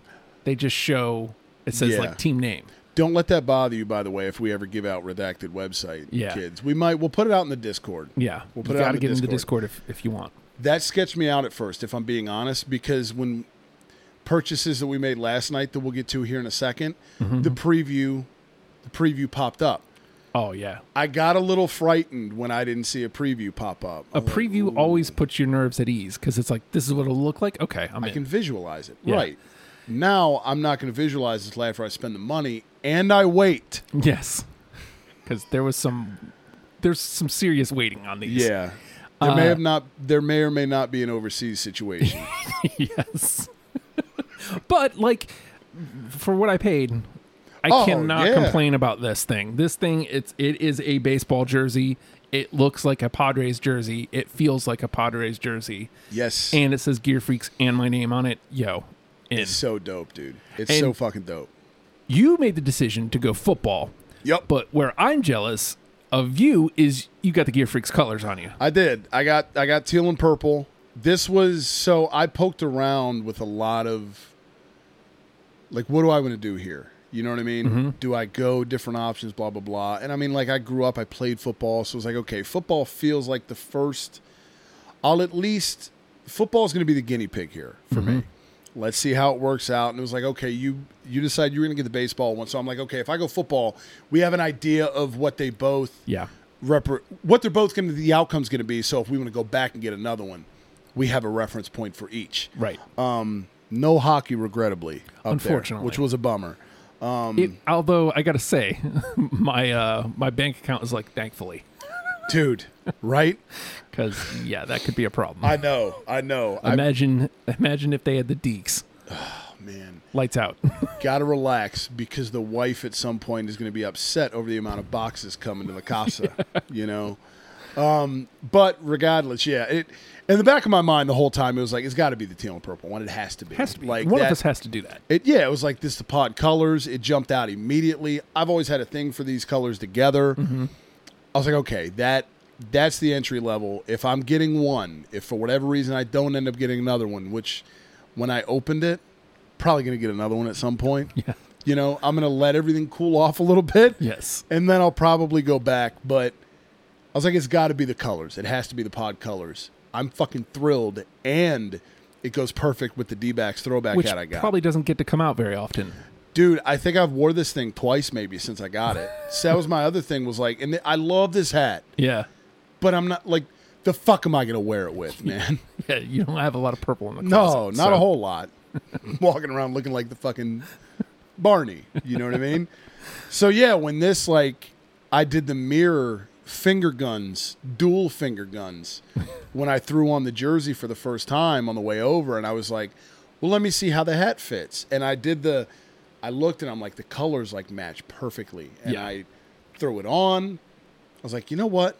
[SPEAKER 1] they just show it says
[SPEAKER 2] Yeah.
[SPEAKER 1] like team name.
[SPEAKER 2] Don't let that bother you, by the way, if we ever give out redacted website,
[SPEAKER 1] Yeah.
[SPEAKER 2] kids. We might we'll put it out in the Discord.
[SPEAKER 1] Yeah,
[SPEAKER 2] We'll put
[SPEAKER 1] you
[SPEAKER 2] it out
[SPEAKER 1] gotta
[SPEAKER 2] in the
[SPEAKER 1] get into Discord if, if you want.
[SPEAKER 2] That sketched me out at first, if I'm being honest, because when purchases that we made last night that we'll get to here in a 2nd
[SPEAKER 1] Mm-hmm.
[SPEAKER 2] the preview the preview popped up.
[SPEAKER 1] Oh yeah,
[SPEAKER 2] I got a little frightened when I didn't see a preview pop up.
[SPEAKER 1] a preview always puts your nerves at ease because it's like this is what it'll look like. Okay, I'm
[SPEAKER 2] I
[SPEAKER 1] in.
[SPEAKER 2] can visualize it.
[SPEAKER 1] Yeah.
[SPEAKER 2] Right. Now I'm not gonna visualize this after I spend the money and I wait.
[SPEAKER 1] Yes, because there was some there's some serious waiting on these.
[SPEAKER 2] Yeah. There
[SPEAKER 1] Uh,
[SPEAKER 2] may have not there may or may not be an overseas situation.
[SPEAKER 1] yes. but like for what I paid, I
[SPEAKER 2] Oh,
[SPEAKER 1] cannot
[SPEAKER 2] yeah.
[SPEAKER 1] complain about this thing. This thing it's it is a baseball jersey. It looks like a Padres jersey. It feels like a Padres jersey.
[SPEAKER 2] yes.
[SPEAKER 1] And it says Gear Freaks and my name on it. Yo. In.
[SPEAKER 2] It's so dope, dude. It's
[SPEAKER 1] And-
[SPEAKER 2] so fucking dope.
[SPEAKER 1] You made the decision to go football.
[SPEAKER 2] Yep.
[SPEAKER 1] But where I'm jealous of you is you got the Gear Freaks colors on you.
[SPEAKER 2] I did. I got I got teal and purple. This was so I poked around with a lot of like what do I want to do here? You know what I mean? Do I go different options blah blah blah. And I mean like I grew up I played football, so it's like okay, football feels like the first I'll at least football's going to be the guinea pig here for me. Let's see how it works out. And it was like, okay, you you decide you're going to get the baseball one. So I'm like, okay, if I go football, we have an idea of what they both
[SPEAKER 1] Yeah.
[SPEAKER 2] repre- what they're both going to the outcome's going to be. So if we want to go back and get another one, we have a reference point for each.
[SPEAKER 1] Right.
[SPEAKER 2] No hockey, regrettably, up there,
[SPEAKER 1] Unfortunately.
[SPEAKER 2] which was a bummer.
[SPEAKER 1] It- although I gotta say, my uh, my bank account is like thankfully.
[SPEAKER 2] Dude, right?
[SPEAKER 1] Because yeah, that could be a problem.
[SPEAKER 2] I know, I know. I
[SPEAKER 1] imagine, imagine if they had the deeks.
[SPEAKER 2] man,
[SPEAKER 1] Lights out.
[SPEAKER 2] gotta relax because the wife at some point is going to be upset over the amount of boxes coming to the casa. You know. Um, but regardless, yeah, it in the back of my mind the whole time it was like it's got to be the teal and purple one. It has to be.
[SPEAKER 1] has to be.
[SPEAKER 2] Like
[SPEAKER 1] One
[SPEAKER 2] that-
[SPEAKER 1] of us has to do that.
[SPEAKER 2] It yeah, it was like this the pod colors. It jumped out immediately. I've always had a thing for these colors together.
[SPEAKER 1] Mm-hmm.
[SPEAKER 2] I was like, okay, that that's the entry level. If I'm getting one, if for whatever reason I don't end up getting another one, which when I opened it, probably gonna get another one at some point.
[SPEAKER 1] Yeah.
[SPEAKER 2] You know, I'm gonna let everything cool off a little bit.
[SPEAKER 1] Yes.
[SPEAKER 2] And then I'll probably go back. But I was like, it's got to be the colors. It has to be the pod colors. I'm fucking thrilled, and it goes perfect with the D-backs throwback
[SPEAKER 1] which
[SPEAKER 2] hat I got.
[SPEAKER 1] probably doesn't get to come out very often.
[SPEAKER 2] Dude, I think I've wore this thing twice maybe since I got it. so that was my other thing was like, and I love this hat,
[SPEAKER 1] Yeah.
[SPEAKER 2] but I'm not like, the fuck am I gonna wear it with, man?
[SPEAKER 1] Yeah, you don't have a lot of purple in the
[SPEAKER 2] No,
[SPEAKER 1] closet.
[SPEAKER 2] not
[SPEAKER 1] so-
[SPEAKER 2] a whole lot. Walking around looking like the fucking Barney. You know what I mean? So yeah, when this like I did the mirror finger guns, dual finger guns, when I threw on the jersey for the first time on the way over, and I was like, well, let me see how the hat fits. And I did the I looked and I'm like, the colors like match perfectly. And
[SPEAKER 1] Yeah.
[SPEAKER 2] I threw it on. I was like, you know what?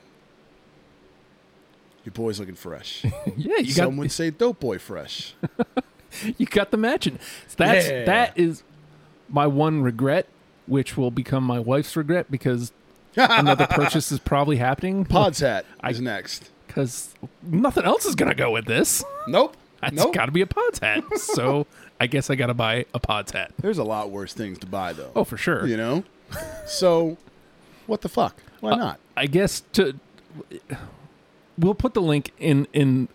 [SPEAKER 2] Your boy's looking fresh.
[SPEAKER 1] Yeah, you got
[SPEAKER 2] Some would say dope boy fresh.
[SPEAKER 1] you got the matching. So that's
[SPEAKER 2] Yeah.
[SPEAKER 1] that is my one regret, which will become my wife's regret because another purchase is probably happening.
[SPEAKER 2] Pod's hat is next.
[SPEAKER 1] because nothing else is gonna go with this.
[SPEAKER 2] Nope.
[SPEAKER 1] It's
[SPEAKER 2] nope.
[SPEAKER 1] got to be a Pods hat. so I guess I got to buy a Pods hat.
[SPEAKER 2] There's a lot worse things to buy though.
[SPEAKER 1] Oh, for sure.
[SPEAKER 2] You know? So what the fuck?
[SPEAKER 1] Uh,
[SPEAKER 2] Why not?
[SPEAKER 1] I guess to we'll put the link in in.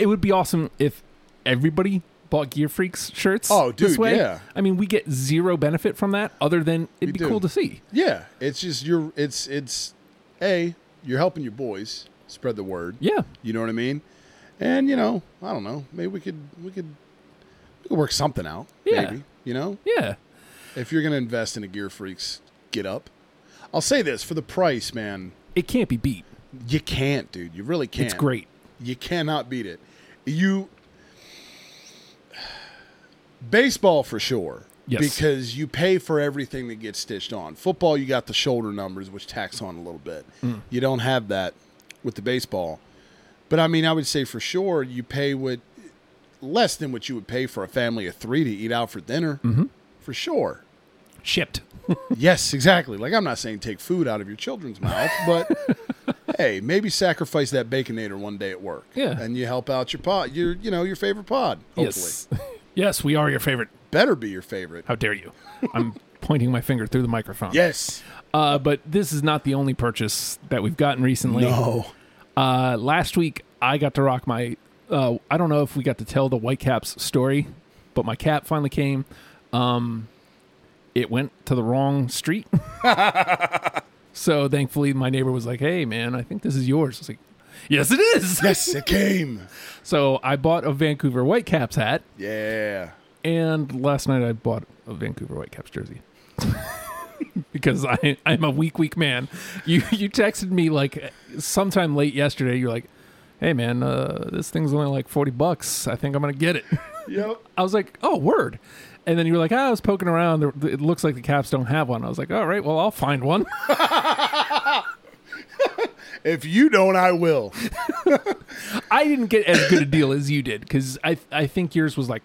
[SPEAKER 1] It would be awesome if everybody bought Gear Freaks shirts.
[SPEAKER 2] Oh,
[SPEAKER 1] this
[SPEAKER 2] dude,
[SPEAKER 1] way.
[SPEAKER 2] yeah.
[SPEAKER 1] I mean, we get zero benefit from that other than it'd be
[SPEAKER 2] do.
[SPEAKER 1] cool to see.
[SPEAKER 2] Yeah. It's just you're it's it's A, you're helping your boys spread the word.
[SPEAKER 1] Yeah,
[SPEAKER 2] You know what I mean? And you know, I don't know. Maybe we could we could we could work something out.
[SPEAKER 1] Yeah.
[SPEAKER 2] Maybe. You know?
[SPEAKER 1] yeah,
[SPEAKER 2] If you're gonna invest in a Gear Freaks, get up. I'll say this for the price, man,
[SPEAKER 1] it can't be beat.
[SPEAKER 2] you can't, dude. You really can't.
[SPEAKER 1] It's great.
[SPEAKER 2] You cannot beat it. You baseball for sure.
[SPEAKER 1] Yes.
[SPEAKER 2] Because you pay for everything that gets stitched on. Football, you got the shoulder numbers, which tax on a little bit. You don't have that with the baseball. But I mean, I would say for sure you pay what less than what you would pay for a family of three to eat out for dinner. For sure.
[SPEAKER 1] Shipped.
[SPEAKER 2] Yes, exactly. Like I'm not saying take food out of your children's mouth, but hey, maybe sacrifice that baconator one day at work.
[SPEAKER 1] Yeah.
[SPEAKER 2] And you help out your pod, your you know, your favorite pod, hopefully.
[SPEAKER 1] Yes, yes, we are your favorite.
[SPEAKER 2] Better be your favorite.
[SPEAKER 1] How dare you? I'm pointing my finger through the microphone.
[SPEAKER 2] Yes.
[SPEAKER 1] Uh, but this is not the only purchase that we've gotten recently.
[SPEAKER 2] No.
[SPEAKER 1] Uh, last week, I got to rock my. Uh, I don't know if we got to tell the Whitecaps story, but my cap finally came. Um, it went to the wrong street. so thankfully, my neighbor was like, hey, man, I think this is yours. I was like, yes, it is.
[SPEAKER 2] Yes, it came.
[SPEAKER 1] so I bought a Vancouver Whitecaps hat,
[SPEAKER 2] Yeah.
[SPEAKER 1] and last night I bought a Vancouver Whitecaps jersey. because I I'm a weak weak man. You you texted me like sometime late yesterday. You're like, "Hey man, uh, this thing's only like forty bucks. I think I'm gonna get it."
[SPEAKER 2] Yep.
[SPEAKER 1] I was like, "Oh word," and then you were like, "Ah, "I was poking around. There- It looks like the Caps don't have one." I was like, "All right, well I'll find one."
[SPEAKER 2] If you don't, I will.
[SPEAKER 1] I didn't get as good a deal as you did because I I think yours was like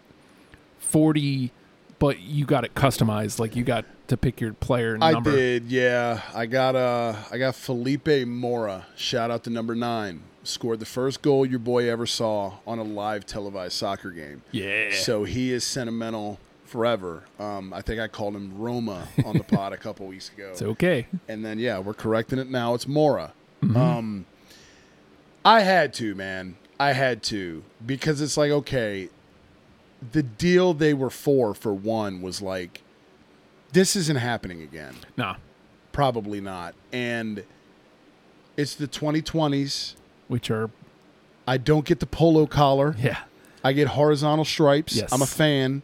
[SPEAKER 1] forty, but you got it customized. Like you got to pick your player and
[SPEAKER 2] I
[SPEAKER 1] number.
[SPEAKER 2] did, yeah. I got uh I got Felipe Mora. Shout out to number nine. Scored the first goal your boy ever saw on a live televised soccer game.
[SPEAKER 1] Yeah.
[SPEAKER 2] So he is sentimental forever. Um, I think I called him Roma on the pod a couple weeks ago.
[SPEAKER 1] It's okay.
[SPEAKER 2] and then yeah, we're correcting it now. It's Mora.
[SPEAKER 1] Mm-hmm.
[SPEAKER 2] Um, I had to, man. I had to because it's like okay, the deal they were for for one was like, this isn't happening again.
[SPEAKER 1] Nah,
[SPEAKER 2] Probably not. And it's the 2020s.
[SPEAKER 1] which are
[SPEAKER 2] I don't get the polo collar.
[SPEAKER 1] yeah.
[SPEAKER 2] I get horizontal stripes.
[SPEAKER 1] Yes.
[SPEAKER 2] I'm a fan.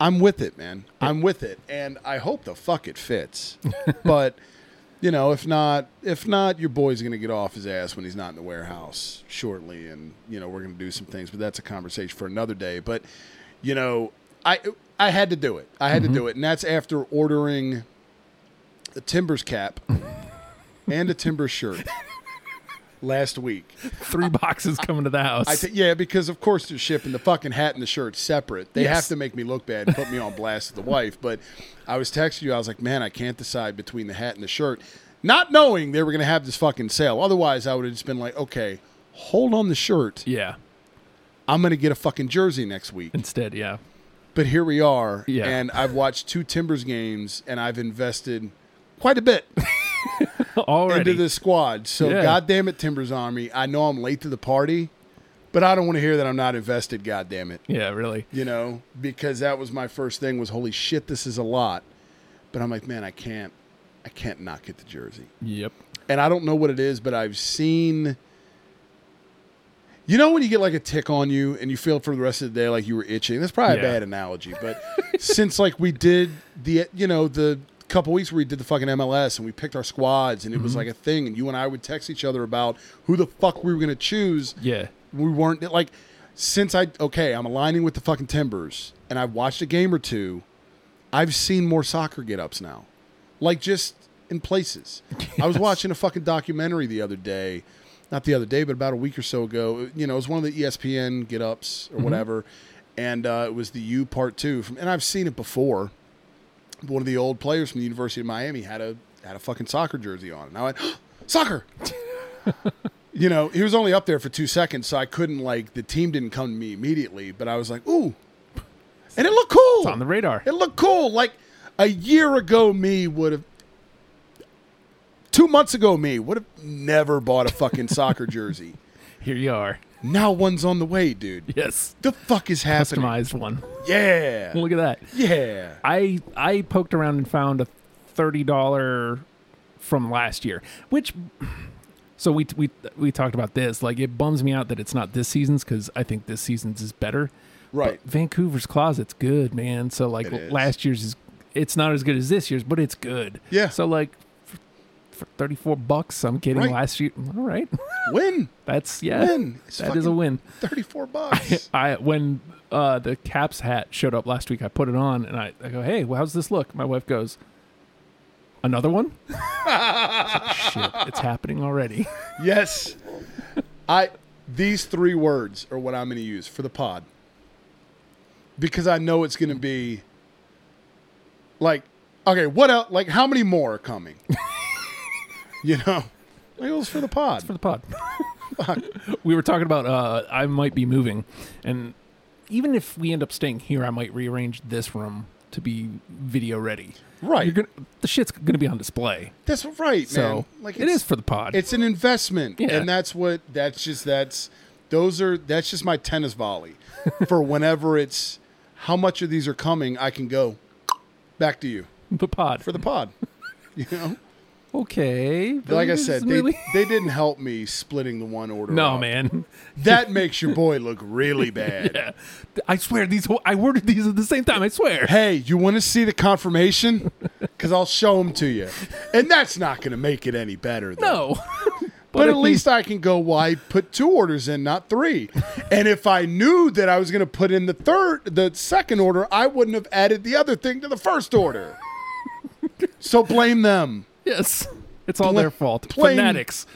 [SPEAKER 2] I'm with it, man. I'm with it, and I hope the fuck it fits. but you know, if not, if not, your boy's gonna get off his ass when he's not in the warehouse shortly, and you know we're gonna do some things. But that's a conversation for another day. But you know, I I had to do it. I had to do it, and that's after ordering the Timbers cap and a Timbers shirt last week.
[SPEAKER 1] three boxes coming to the house.
[SPEAKER 2] I th- yeah, because of course they're shipping the fucking hat and the shirt separate. They
[SPEAKER 1] Yes.
[SPEAKER 2] have to make me look bad and put me on blast to the wife. But I was texting you, I was like, man, I can't decide between the hat and the shirt, not knowing they were going to have this fucking sale. Otherwise, I would have just been like, okay, hold on the shirt.
[SPEAKER 1] yeah.
[SPEAKER 2] I'm going to get a fucking jersey next week.
[SPEAKER 1] Instead, yeah.
[SPEAKER 2] But here we are,
[SPEAKER 1] Yeah.
[SPEAKER 2] and I've watched two Timbers games, and I've invested quite a bit
[SPEAKER 1] already.
[SPEAKER 2] into the squad. So
[SPEAKER 1] Yeah.
[SPEAKER 2] goddamn it, Timbers Army. I know I'm late to the party, but I don't want to hear that I'm not invested. Goddamn it,
[SPEAKER 1] yeah, really.
[SPEAKER 2] you know, because that was my first thing was holy shit, this is a lot. But I'm like, man, I can't, I can't not get the jersey.
[SPEAKER 1] Yep.
[SPEAKER 2] And I don't know what it is, but I've seen. You know when you get like a tick on you and you feel for the rest of the day like you were itching. That's probably
[SPEAKER 1] Yeah.
[SPEAKER 2] a bad analogy, but since like we did the you know the couple weeks where we did the fucking MLS and we picked our squads and it was like a thing and you and I would text each other about who the fuck we were going to choose
[SPEAKER 1] Yeah.
[SPEAKER 2] we weren't like since I okay, I'm aligning with the fucking Timbers and I've watched a game or two, I've seen more soccer get ups now. Like just in places. I was watching a fucking documentary the other day, not the other day, but about a week or so ago. You know, it was one of the E ESPN get ups
[SPEAKER 1] Mm-hmm.
[SPEAKER 2] or whatever. And uh, it was the U part two from and I've seen it before. One of the old players from the University of Miami had a had a fucking soccer jersey on. And I went, soccer you know, he was only up there for two seconds, so I couldn't like the team didn't come to me immediately, but I was like, ooh, and it looked cool.
[SPEAKER 1] It's on the radar.
[SPEAKER 2] It looked cool. Like a year ago, me would have. Two months ago, me would have never bought a fucking soccer jersey.
[SPEAKER 1] Here you are.
[SPEAKER 2] Now one's on the way, dude.
[SPEAKER 1] Yes.
[SPEAKER 2] The fuck is happening?
[SPEAKER 1] Customized one.
[SPEAKER 2] Yeah,
[SPEAKER 1] Look at that.
[SPEAKER 2] yeah.
[SPEAKER 1] I I poked around and found a thirty dollar from last year, which so we we we talked about this. Like it bums me out that it's not this season's because I think this season's is better.
[SPEAKER 2] Right.
[SPEAKER 1] But Vancouver's closet's good, man. So like
[SPEAKER 2] It is.
[SPEAKER 1] last year's is it's not as good as this year's, but it's good.
[SPEAKER 2] Yeah.
[SPEAKER 1] So like for, for thirty four bucks, I'm getting
[SPEAKER 2] Right.
[SPEAKER 1] last year. All right,
[SPEAKER 2] Win,
[SPEAKER 1] that's yeah,
[SPEAKER 2] win. It's
[SPEAKER 1] that is a
[SPEAKER 2] fucking
[SPEAKER 1] win.
[SPEAKER 2] Thirty-four bucks.
[SPEAKER 1] I when uh, the Caps hat showed up last week, I put it on and I, I go, "Hey, well, how's this look?" My wife goes, "Another one." Shit, it's happening already.
[SPEAKER 2] Yes. I these three words are what I'm going to use for the pod. Because I know it's going to be like okay, what else like how many more are coming? you know. Like it was for the pod.
[SPEAKER 1] for the pod. we were talking about uh, I might be moving, and even if we end up staying here, I might rearrange this room to be video ready.
[SPEAKER 2] Right.
[SPEAKER 1] You're gonna, the shit's gonna be on display,
[SPEAKER 2] that's right, man.
[SPEAKER 1] so
[SPEAKER 2] Like
[SPEAKER 1] it is for the pod.
[SPEAKER 2] It's an investment,
[SPEAKER 1] Yeah.
[SPEAKER 2] and that's what that's just that's those are that's just my tennis volley for whenever it's how much of these are coming, I can go back to you
[SPEAKER 1] the pod.
[SPEAKER 2] for the pod. You know?
[SPEAKER 1] okay.
[SPEAKER 2] like I
[SPEAKER 1] this
[SPEAKER 2] said,
[SPEAKER 1] is
[SPEAKER 2] they,
[SPEAKER 1] really-
[SPEAKER 2] they didn't help me splitting the one order.
[SPEAKER 1] no
[SPEAKER 2] up.
[SPEAKER 1] man.
[SPEAKER 2] that makes your boy look really bad.
[SPEAKER 1] I swear these whole, I ordered these at the same time. I swear.
[SPEAKER 2] Hey, you want to see the confirmation? Because I'll show them to you, and that's not going to make it any better. Though.
[SPEAKER 1] No.
[SPEAKER 2] but at least I can go. Why put two orders in, not three? and if I knew that I was going to put in the third, the second order, I wouldn't have added the other thing to the first order. so blame them.
[SPEAKER 1] yes, it's all
[SPEAKER 2] Pla-
[SPEAKER 1] their fault.
[SPEAKER 2] plain-
[SPEAKER 1] Fanatics.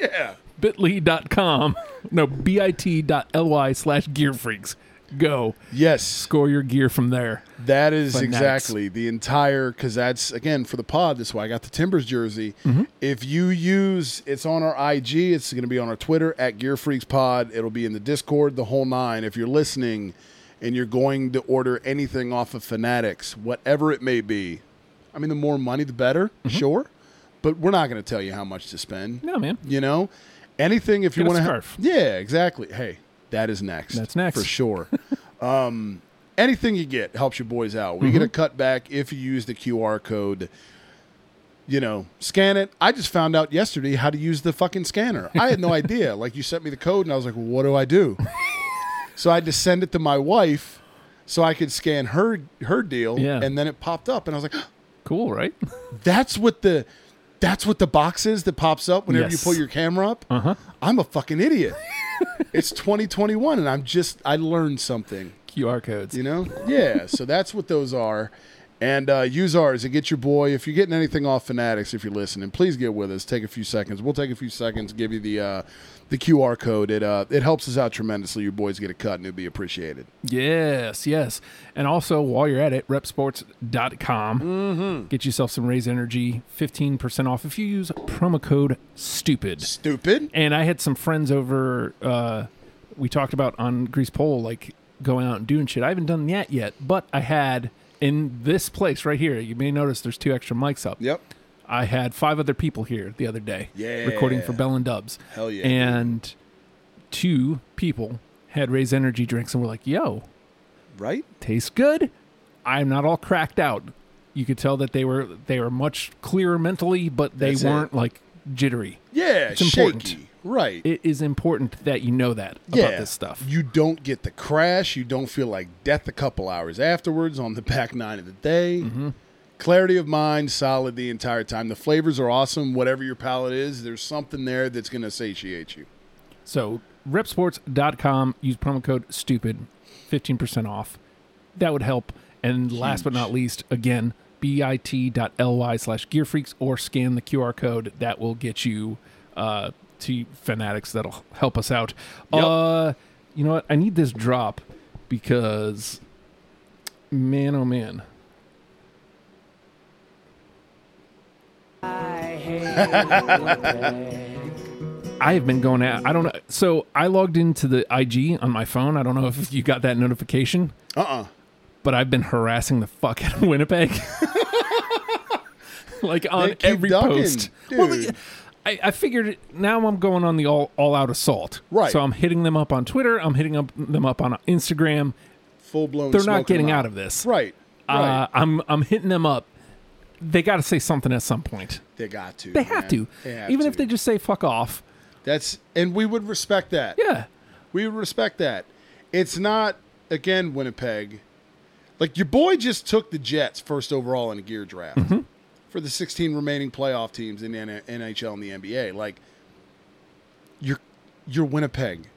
[SPEAKER 2] Yeah.
[SPEAKER 1] Bitly.com. No, bit.ly slash gear freaks. Go
[SPEAKER 2] Yes.
[SPEAKER 1] score your gear from there.
[SPEAKER 2] That is
[SPEAKER 1] Fanatics.
[SPEAKER 2] exactly the entire because that's again for the pod. That's why I got the Timbers jersey. If you use it's on our IG, it's going to be on our Twitter at Gear Freaks Pod. It'll be in the Discord, the whole nine. If you're listening and you're going to order anything off of Fanatics, whatever it may be, I mean, the more money, the better, sure. But we're not going to tell you how much to spend.
[SPEAKER 1] No, man.
[SPEAKER 2] You know, anything if you
[SPEAKER 1] Get a
[SPEAKER 2] want to.
[SPEAKER 1] scarf.
[SPEAKER 2] yeah, exactly. Hey, that is next.
[SPEAKER 1] That's next.
[SPEAKER 2] for sure. um, anything you get helps your boys out. We get
[SPEAKER 1] Mm-hmm.
[SPEAKER 2] a cut back if you use the QR code. You know, scan it. I just found out yesterday how to use the fucking scanner. I had no idea. Like you sent me the code, and I was like, well, "What do I do?" so I had to send it to my wife so I could scan her her deal,
[SPEAKER 1] Yeah.
[SPEAKER 2] and then it popped up, and I was like.
[SPEAKER 1] Cool, right?
[SPEAKER 2] That's what the that's what the box is that pops up whenever
[SPEAKER 1] Yes.
[SPEAKER 2] you pull your camera up. Uh-huh. I'm a fucking idiot. it's 2021 and I'm just I learned something,
[SPEAKER 1] QR codes.
[SPEAKER 2] you know? Yeah, so that's what those are. And uh, use ours and get your boy. If you're getting anything off Fanatics, if you're listening, please get with us. Take a few seconds. We'll take a few seconds. Give you the uh, the QR code. It uh, it helps us out tremendously. Your boys get a cut, and it'd be appreciated.
[SPEAKER 1] Yes, yes. And also, while you're at it, repsports.com. Get yourself some Raise Energy, 15% off if you use promo code STUPID.
[SPEAKER 2] Stupid.
[SPEAKER 1] and I had some friends over. Uh, we talked about on Grease Pole, like going out and doing shit. I haven't done that yet, but I had in this place right here. You may notice there's two extra mics up.
[SPEAKER 2] Yep.
[SPEAKER 1] I had five other people here the other day
[SPEAKER 2] Yeah.
[SPEAKER 1] recording for Bell and Dubs.
[SPEAKER 2] Hell yeah, dude.
[SPEAKER 1] And two people had Ray's energy drinks and were like, yo,
[SPEAKER 2] right?
[SPEAKER 1] tastes good. I'm not all cracked out. You could tell that they were they were much clearer mentally, but they
[SPEAKER 2] That's it.
[SPEAKER 1] weren't like jittery.
[SPEAKER 2] Yeah,
[SPEAKER 1] It's
[SPEAKER 2] shaky.
[SPEAKER 1] important.
[SPEAKER 2] Right.
[SPEAKER 1] It is important that you know that about this stuff.
[SPEAKER 2] You don't get the crash. You don't feel like death a couple hours afterwards on the back nine of the day.
[SPEAKER 1] Mm-hmm.
[SPEAKER 2] Clarity of mind, solid the entire time. The flavors are awesome. Whatever your palate is, there's something there that's going to satiate you.
[SPEAKER 1] So repsports.com, use promo code stupid, 15% off. That would help. And last but not least, again, bit.ly slash gearfreaks or scan the QR code. That will get you uh, to Fanatics. That'll help us out. Uh, you know what? I need this drop because, man, oh man.
[SPEAKER 3] I hate when
[SPEAKER 1] I have been going out. I don't know. So I logged into the IG on my phone. I don't know if you got that notification.
[SPEAKER 2] Uh uh
[SPEAKER 1] but I've been harassing the fuck out of Winnipeg. like on
[SPEAKER 2] They keep
[SPEAKER 1] every
[SPEAKER 2] ducking,
[SPEAKER 1] post. Well,
[SPEAKER 2] dude.
[SPEAKER 1] I, I figured it- now I'm going on the all all out assault.
[SPEAKER 2] Right.
[SPEAKER 1] So I'm hitting them up on Twitter. I'm hitting up them up on Instagram.
[SPEAKER 2] Full blown.
[SPEAKER 1] They're not getting out of this.
[SPEAKER 2] Right. Right.
[SPEAKER 1] Uh, I'm I'm hitting them up. They got to say something at some point.
[SPEAKER 2] they got to.
[SPEAKER 1] They have
[SPEAKER 2] man.
[SPEAKER 1] to,
[SPEAKER 2] They have
[SPEAKER 1] even
[SPEAKER 2] to.
[SPEAKER 1] if they just say fuck off.
[SPEAKER 2] That's and we would respect that.
[SPEAKER 1] Yeah.
[SPEAKER 2] We would respect that. It's not again Winnipeg. Like your boy just took the Jets first overall in a gear draft for the 16 remaining playoff teams in the N- NHL and the NBA. Like you're you're Winnipeg.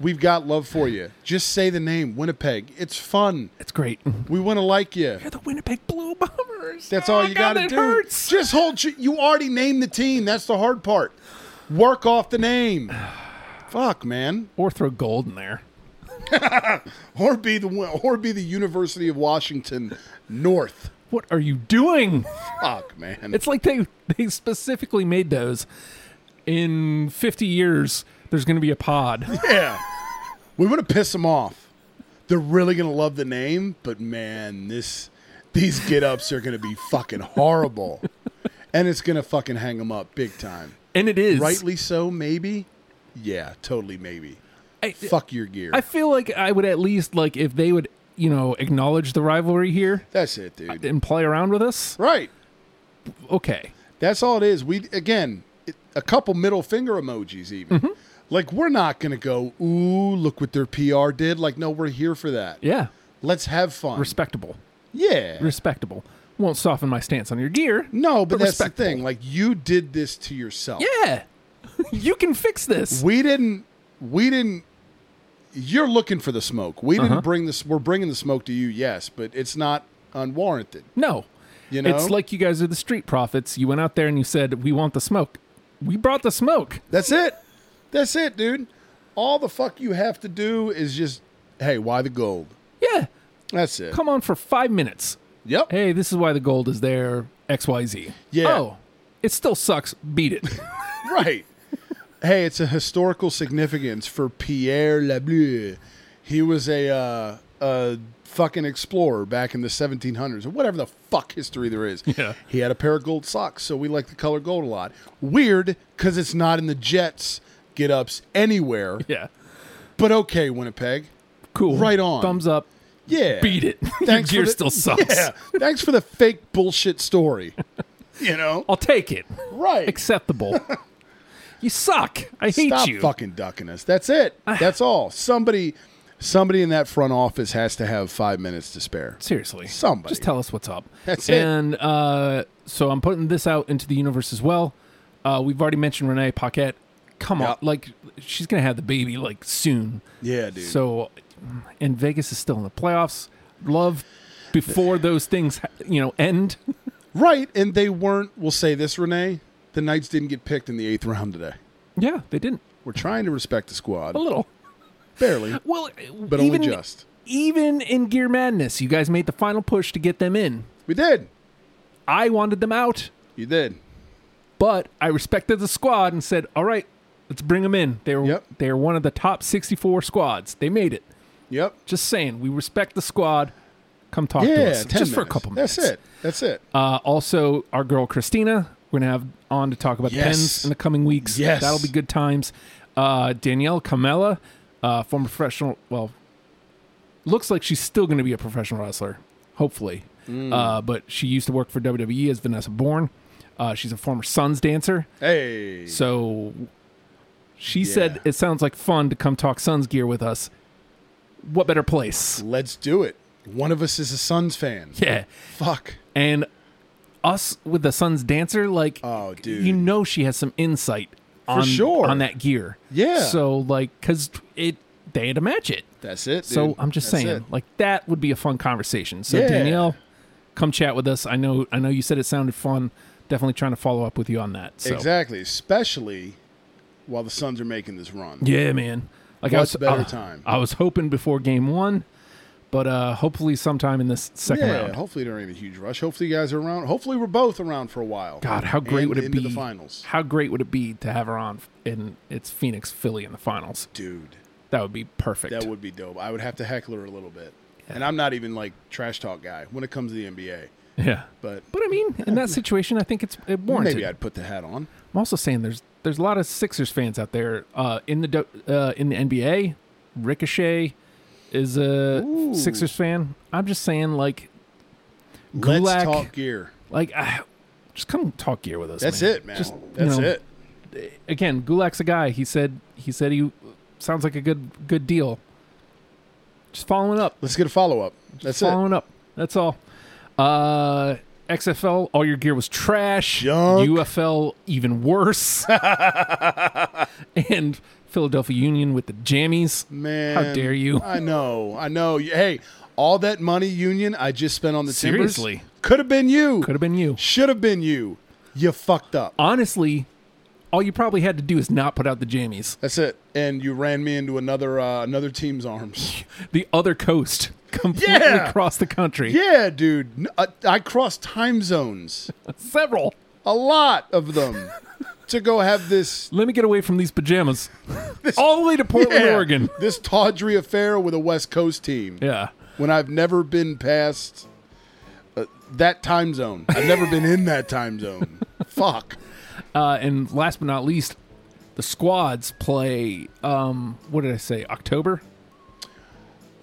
[SPEAKER 2] We've got love for you. Just say the name Winnipeg. It's fun.
[SPEAKER 1] It's great.
[SPEAKER 2] We want to like you.
[SPEAKER 1] They're the Winnipeg Blue Bombers.
[SPEAKER 2] That's
[SPEAKER 1] Oh
[SPEAKER 2] all
[SPEAKER 1] my
[SPEAKER 2] you
[SPEAKER 1] God,
[SPEAKER 2] got to
[SPEAKER 1] that
[SPEAKER 2] do.
[SPEAKER 1] hurts.
[SPEAKER 2] Just hold. You, you already named the team. That's the hard part. Work off the name. Fuck, man.
[SPEAKER 1] Or throw gold in there.
[SPEAKER 2] or be the or be the University of Washington North.
[SPEAKER 1] What are you doing?
[SPEAKER 2] Fuck, man.
[SPEAKER 1] It's like they they specifically made those. In 50 years, there's going to be a pod.
[SPEAKER 2] yeah. We want to piss them off. They're really gonna love the name, but man, this these get ups are gonna be fucking horrible, and it's gonna fucking hang them up big time.
[SPEAKER 1] And it is.
[SPEAKER 2] Rightly so, maybe. Yeah, totally, maybe.
[SPEAKER 1] I,
[SPEAKER 2] Fuck your gear.
[SPEAKER 1] I feel like I would at least, like, if they would, you know, acknowledge the rivalry here
[SPEAKER 2] That's it, dude.
[SPEAKER 1] and play around with us,
[SPEAKER 2] Right.
[SPEAKER 1] okay.
[SPEAKER 2] That's all it is. We again, it, a couple middle finger emojis even.
[SPEAKER 1] Mm-hmm.
[SPEAKER 2] Like we're not going to go, "Ooh, look what their PR did." Like no, we're here for that.
[SPEAKER 1] Yeah.
[SPEAKER 2] Let's have fun.
[SPEAKER 1] Respectable.
[SPEAKER 2] yeah.
[SPEAKER 1] Respectable. Won't soften my stance on your gear.
[SPEAKER 2] no, but,
[SPEAKER 1] but
[SPEAKER 2] that's the
[SPEAKER 1] respectful.
[SPEAKER 2] thing. Like you did this to yourself.
[SPEAKER 1] Yeah. you can fix this.
[SPEAKER 2] We didn't we didn't you're looking for the smoke. We
[SPEAKER 1] Uh-huh.
[SPEAKER 2] didn't bring this we're bringing the smoke to you, yes, but it's not unwarranted.
[SPEAKER 1] No.
[SPEAKER 2] You know?
[SPEAKER 1] It's like you guys are the street prophets. You went out there and you said, we want the smoke. We brought the smoke.
[SPEAKER 2] That's it. That's it, dude. All the fuck you have to do is just, "Hey, why the gold?"
[SPEAKER 1] Yeah.
[SPEAKER 2] That's it.
[SPEAKER 1] Come on for five minutes.
[SPEAKER 2] Yep.
[SPEAKER 1] hey, this is why the gold is there, XYZ.
[SPEAKER 2] Yeah.
[SPEAKER 1] Oh, it still sucks. Beat it.
[SPEAKER 2] Right. hey, it's a historical significance for Pierre Lableu. He was a uh, a fucking explorer back in the 1700s or whatever the fuck history there is.
[SPEAKER 1] Yeah.
[SPEAKER 2] He had a pair of gold socks, so we like the color gold a lot. Weird cuz it's not in the Jets get ups anywhere.
[SPEAKER 1] yeah.
[SPEAKER 2] But okay, Winnipeg.
[SPEAKER 1] Cool.
[SPEAKER 2] Right on.
[SPEAKER 1] Thumbs up.
[SPEAKER 2] Yeah.
[SPEAKER 1] Beat it.
[SPEAKER 2] Thanks for
[SPEAKER 1] Your gear
[SPEAKER 2] the-
[SPEAKER 1] still sucks.
[SPEAKER 2] Yeah. Thanks for the fake bullshit story. you know?
[SPEAKER 1] I'll take it.
[SPEAKER 2] Right.
[SPEAKER 1] Acceptable. you suck. I hate
[SPEAKER 2] Stop
[SPEAKER 1] you.
[SPEAKER 2] fucking ducking us. That's it. That's all. Somebody, somebody in that front office has to have five minutes to spare.
[SPEAKER 1] Seriously.
[SPEAKER 2] Somebody.
[SPEAKER 1] Just tell us what's up.
[SPEAKER 2] That's it.
[SPEAKER 1] and, uh, so I'm putting this out into the universe as well. Uh, we've already mentioned Renee Paquette. Come on.
[SPEAKER 2] Yep.
[SPEAKER 1] Like, she's going to have the baby, like, soon.
[SPEAKER 2] Yeah, dude.
[SPEAKER 1] So, and Vegas is still in the playoffs. Love before those things, you know, end.
[SPEAKER 2] right, and they weren't. We'll say this, Renee. The Knights didn't get picked in the eighth round today.
[SPEAKER 1] Yeah, they didn't
[SPEAKER 2] We're trying to respect the squad,
[SPEAKER 1] a little.
[SPEAKER 2] barely,
[SPEAKER 1] Well,
[SPEAKER 2] but
[SPEAKER 1] Oh, even,
[SPEAKER 2] only just.
[SPEAKER 1] Even in Gear Madness, you guys made the final push to get them in.
[SPEAKER 2] We did.
[SPEAKER 1] I wanted them out,
[SPEAKER 2] You did.
[SPEAKER 1] but I respected the squad and said, "All right, let's bring them in." They were
[SPEAKER 2] Yep.
[SPEAKER 1] they were one of the top sixty-four squads. They made it.
[SPEAKER 2] Yep.
[SPEAKER 1] Just saying, we respect the squad. Come talk
[SPEAKER 2] yeah,
[SPEAKER 1] to us
[SPEAKER 2] 10
[SPEAKER 1] just for a
[SPEAKER 2] minutes.
[SPEAKER 1] couple minutes.
[SPEAKER 2] That's it. That's it.
[SPEAKER 1] Uh, also, our girl Christina, we're gonna have on to talk about
[SPEAKER 2] Yes.
[SPEAKER 1] pens in the coming weeks.
[SPEAKER 2] Yes.
[SPEAKER 1] that'll be good times. Uh, Danielle Camella, uh, former professional, well, looks like she's still gonna be a professional wrestler, hopefully.
[SPEAKER 2] Mm.
[SPEAKER 1] Uh, but she used to work for WWE as Vanessa Bourne. Uh, she's a former Suns dancer,
[SPEAKER 2] Hey.
[SPEAKER 1] so she
[SPEAKER 2] Yeah.
[SPEAKER 1] said it sounds like fun to come talk Suns gear with us. What better place?
[SPEAKER 2] Let's do it. One of us is a Suns fan.
[SPEAKER 1] Yeah.
[SPEAKER 2] Fuck.
[SPEAKER 1] and us with the Suns dancer, like,
[SPEAKER 2] Oh, dude.
[SPEAKER 1] you know, she has some insight on
[SPEAKER 2] sure.
[SPEAKER 1] on that gear.
[SPEAKER 2] Yeah.
[SPEAKER 1] So like, cause it they had to match it.
[SPEAKER 2] That's it.
[SPEAKER 1] so
[SPEAKER 2] dude.
[SPEAKER 1] I'm just
[SPEAKER 2] That's
[SPEAKER 1] saying,
[SPEAKER 2] it.
[SPEAKER 1] like, that would be a fun conversation. So
[SPEAKER 2] Yeah.
[SPEAKER 1] Danielle, come chat with us. I know, I know you said it sounded fun. Definitely trying to follow up with you on that. So.
[SPEAKER 2] Exactly. Especially while the Suns are making this run.
[SPEAKER 1] Yeah, man. Like I was
[SPEAKER 2] What's better
[SPEAKER 1] uh,
[SPEAKER 2] time?
[SPEAKER 1] I was hoping before game one, but uh hopefully sometime in this second
[SPEAKER 2] Yeah,
[SPEAKER 1] round.
[SPEAKER 2] hopefully they're in a huge rush. Hopefully you guys are around. Hopefully we're both around for a while.
[SPEAKER 1] God, how great
[SPEAKER 2] And
[SPEAKER 1] would it
[SPEAKER 2] into
[SPEAKER 1] be?
[SPEAKER 2] the finals,
[SPEAKER 1] How great would it be to have her on in it's Phoenix Philly in the finals?
[SPEAKER 2] dude?
[SPEAKER 1] That would be perfect.
[SPEAKER 2] That would be dope. I would have to heckle her a little bit, and I'm not even like trash talk guy when it comes to the NBA.
[SPEAKER 1] yeah.
[SPEAKER 2] But
[SPEAKER 1] But I mean, in that situation, I think it's it warranted.
[SPEAKER 2] maybe I'd put the hat on.
[SPEAKER 1] I'm also saying there's there's a lot of Sixers fans out there uh, in the do- uh, in the NBA. Ricochet is a
[SPEAKER 2] Ooh.
[SPEAKER 1] Sixers fan. I'm just saying, like
[SPEAKER 2] Let's
[SPEAKER 1] Gulak,
[SPEAKER 2] talk gear.
[SPEAKER 1] like ah, just come talk gear with us.
[SPEAKER 2] That's it, man.
[SPEAKER 1] Just,
[SPEAKER 2] That's
[SPEAKER 1] you know,
[SPEAKER 2] it.
[SPEAKER 1] Again, Gulak's a guy. He said he said he sounds like a good good deal. Just following up.
[SPEAKER 2] Let's get a follow up. That's it.
[SPEAKER 1] following up. That's all. Uh XFL, all your gear was trash.
[SPEAKER 2] Junk.
[SPEAKER 1] UFL, even worse. and Philadelphia Union with the jammies.
[SPEAKER 2] Man,
[SPEAKER 1] How dare you.
[SPEAKER 2] I know. I know. Hey, all that money union I just spent on the
[SPEAKER 1] Seriously.
[SPEAKER 2] could have been you.
[SPEAKER 1] Could have been you.
[SPEAKER 2] Should have been you. You fucked up.
[SPEAKER 1] Honestly, all you probably had to do is not put out the jammies.
[SPEAKER 2] That's it. And you ran me into another uh, another team's arms.
[SPEAKER 1] The other coast, completely
[SPEAKER 2] Yeah.
[SPEAKER 1] across the country.
[SPEAKER 2] yeah, dude. N- I, I crossed time zones,
[SPEAKER 1] Several.
[SPEAKER 2] a lot of them, to go have this
[SPEAKER 1] Let me get away from these pajamas. all the way to Portland,
[SPEAKER 2] yeah,
[SPEAKER 1] Oregon.
[SPEAKER 2] this tawdry affair with a West Coast team.
[SPEAKER 1] Yeah.
[SPEAKER 2] When I've never been past uh, that time zone. I've never been in that time zone. Fuck.
[SPEAKER 1] Uh, and last but not least, the squads play. Um, what did I say? October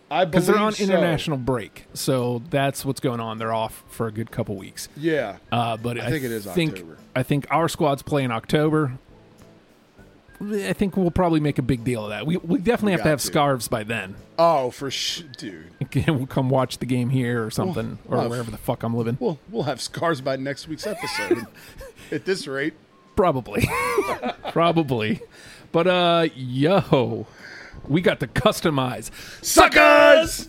[SPEAKER 2] I
[SPEAKER 1] because
[SPEAKER 2] believe
[SPEAKER 1] they're on
[SPEAKER 2] so.
[SPEAKER 1] international break, so that's what's going on. They're off for a good couple weeks.
[SPEAKER 2] Yeah.
[SPEAKER 1] Uh, but I,
[SPEAKER 2] think it is
[SPEAKER 1] think-
[SPEAKER 2] October.
[SPEAKER 1] I think our squads play in October. I think we'll probably make a big deal of that. We we definitely have to
[SPEAKER 2] got
[SPEAKER 1] have
[SPEAKER 2] to.
[SPEAKER 1] scarves by then.
[SPEAKER 2] Oh, for sh- dude.
[SPEAKER 1] we'll come watch the game here or something
[SPEAKER 2] well,
[SPEAKER 1] or
[SPEAKER 2] I've-
[SPEAKER 1] wherever the fuck I'm living.
[SPEAKER 2] We'll we'll have scars by next week's episode. At this rate.
[SPEAKER 1] Probably. Probably. But uh yo, we got to customize.
[SPEAKER 2] Suckers!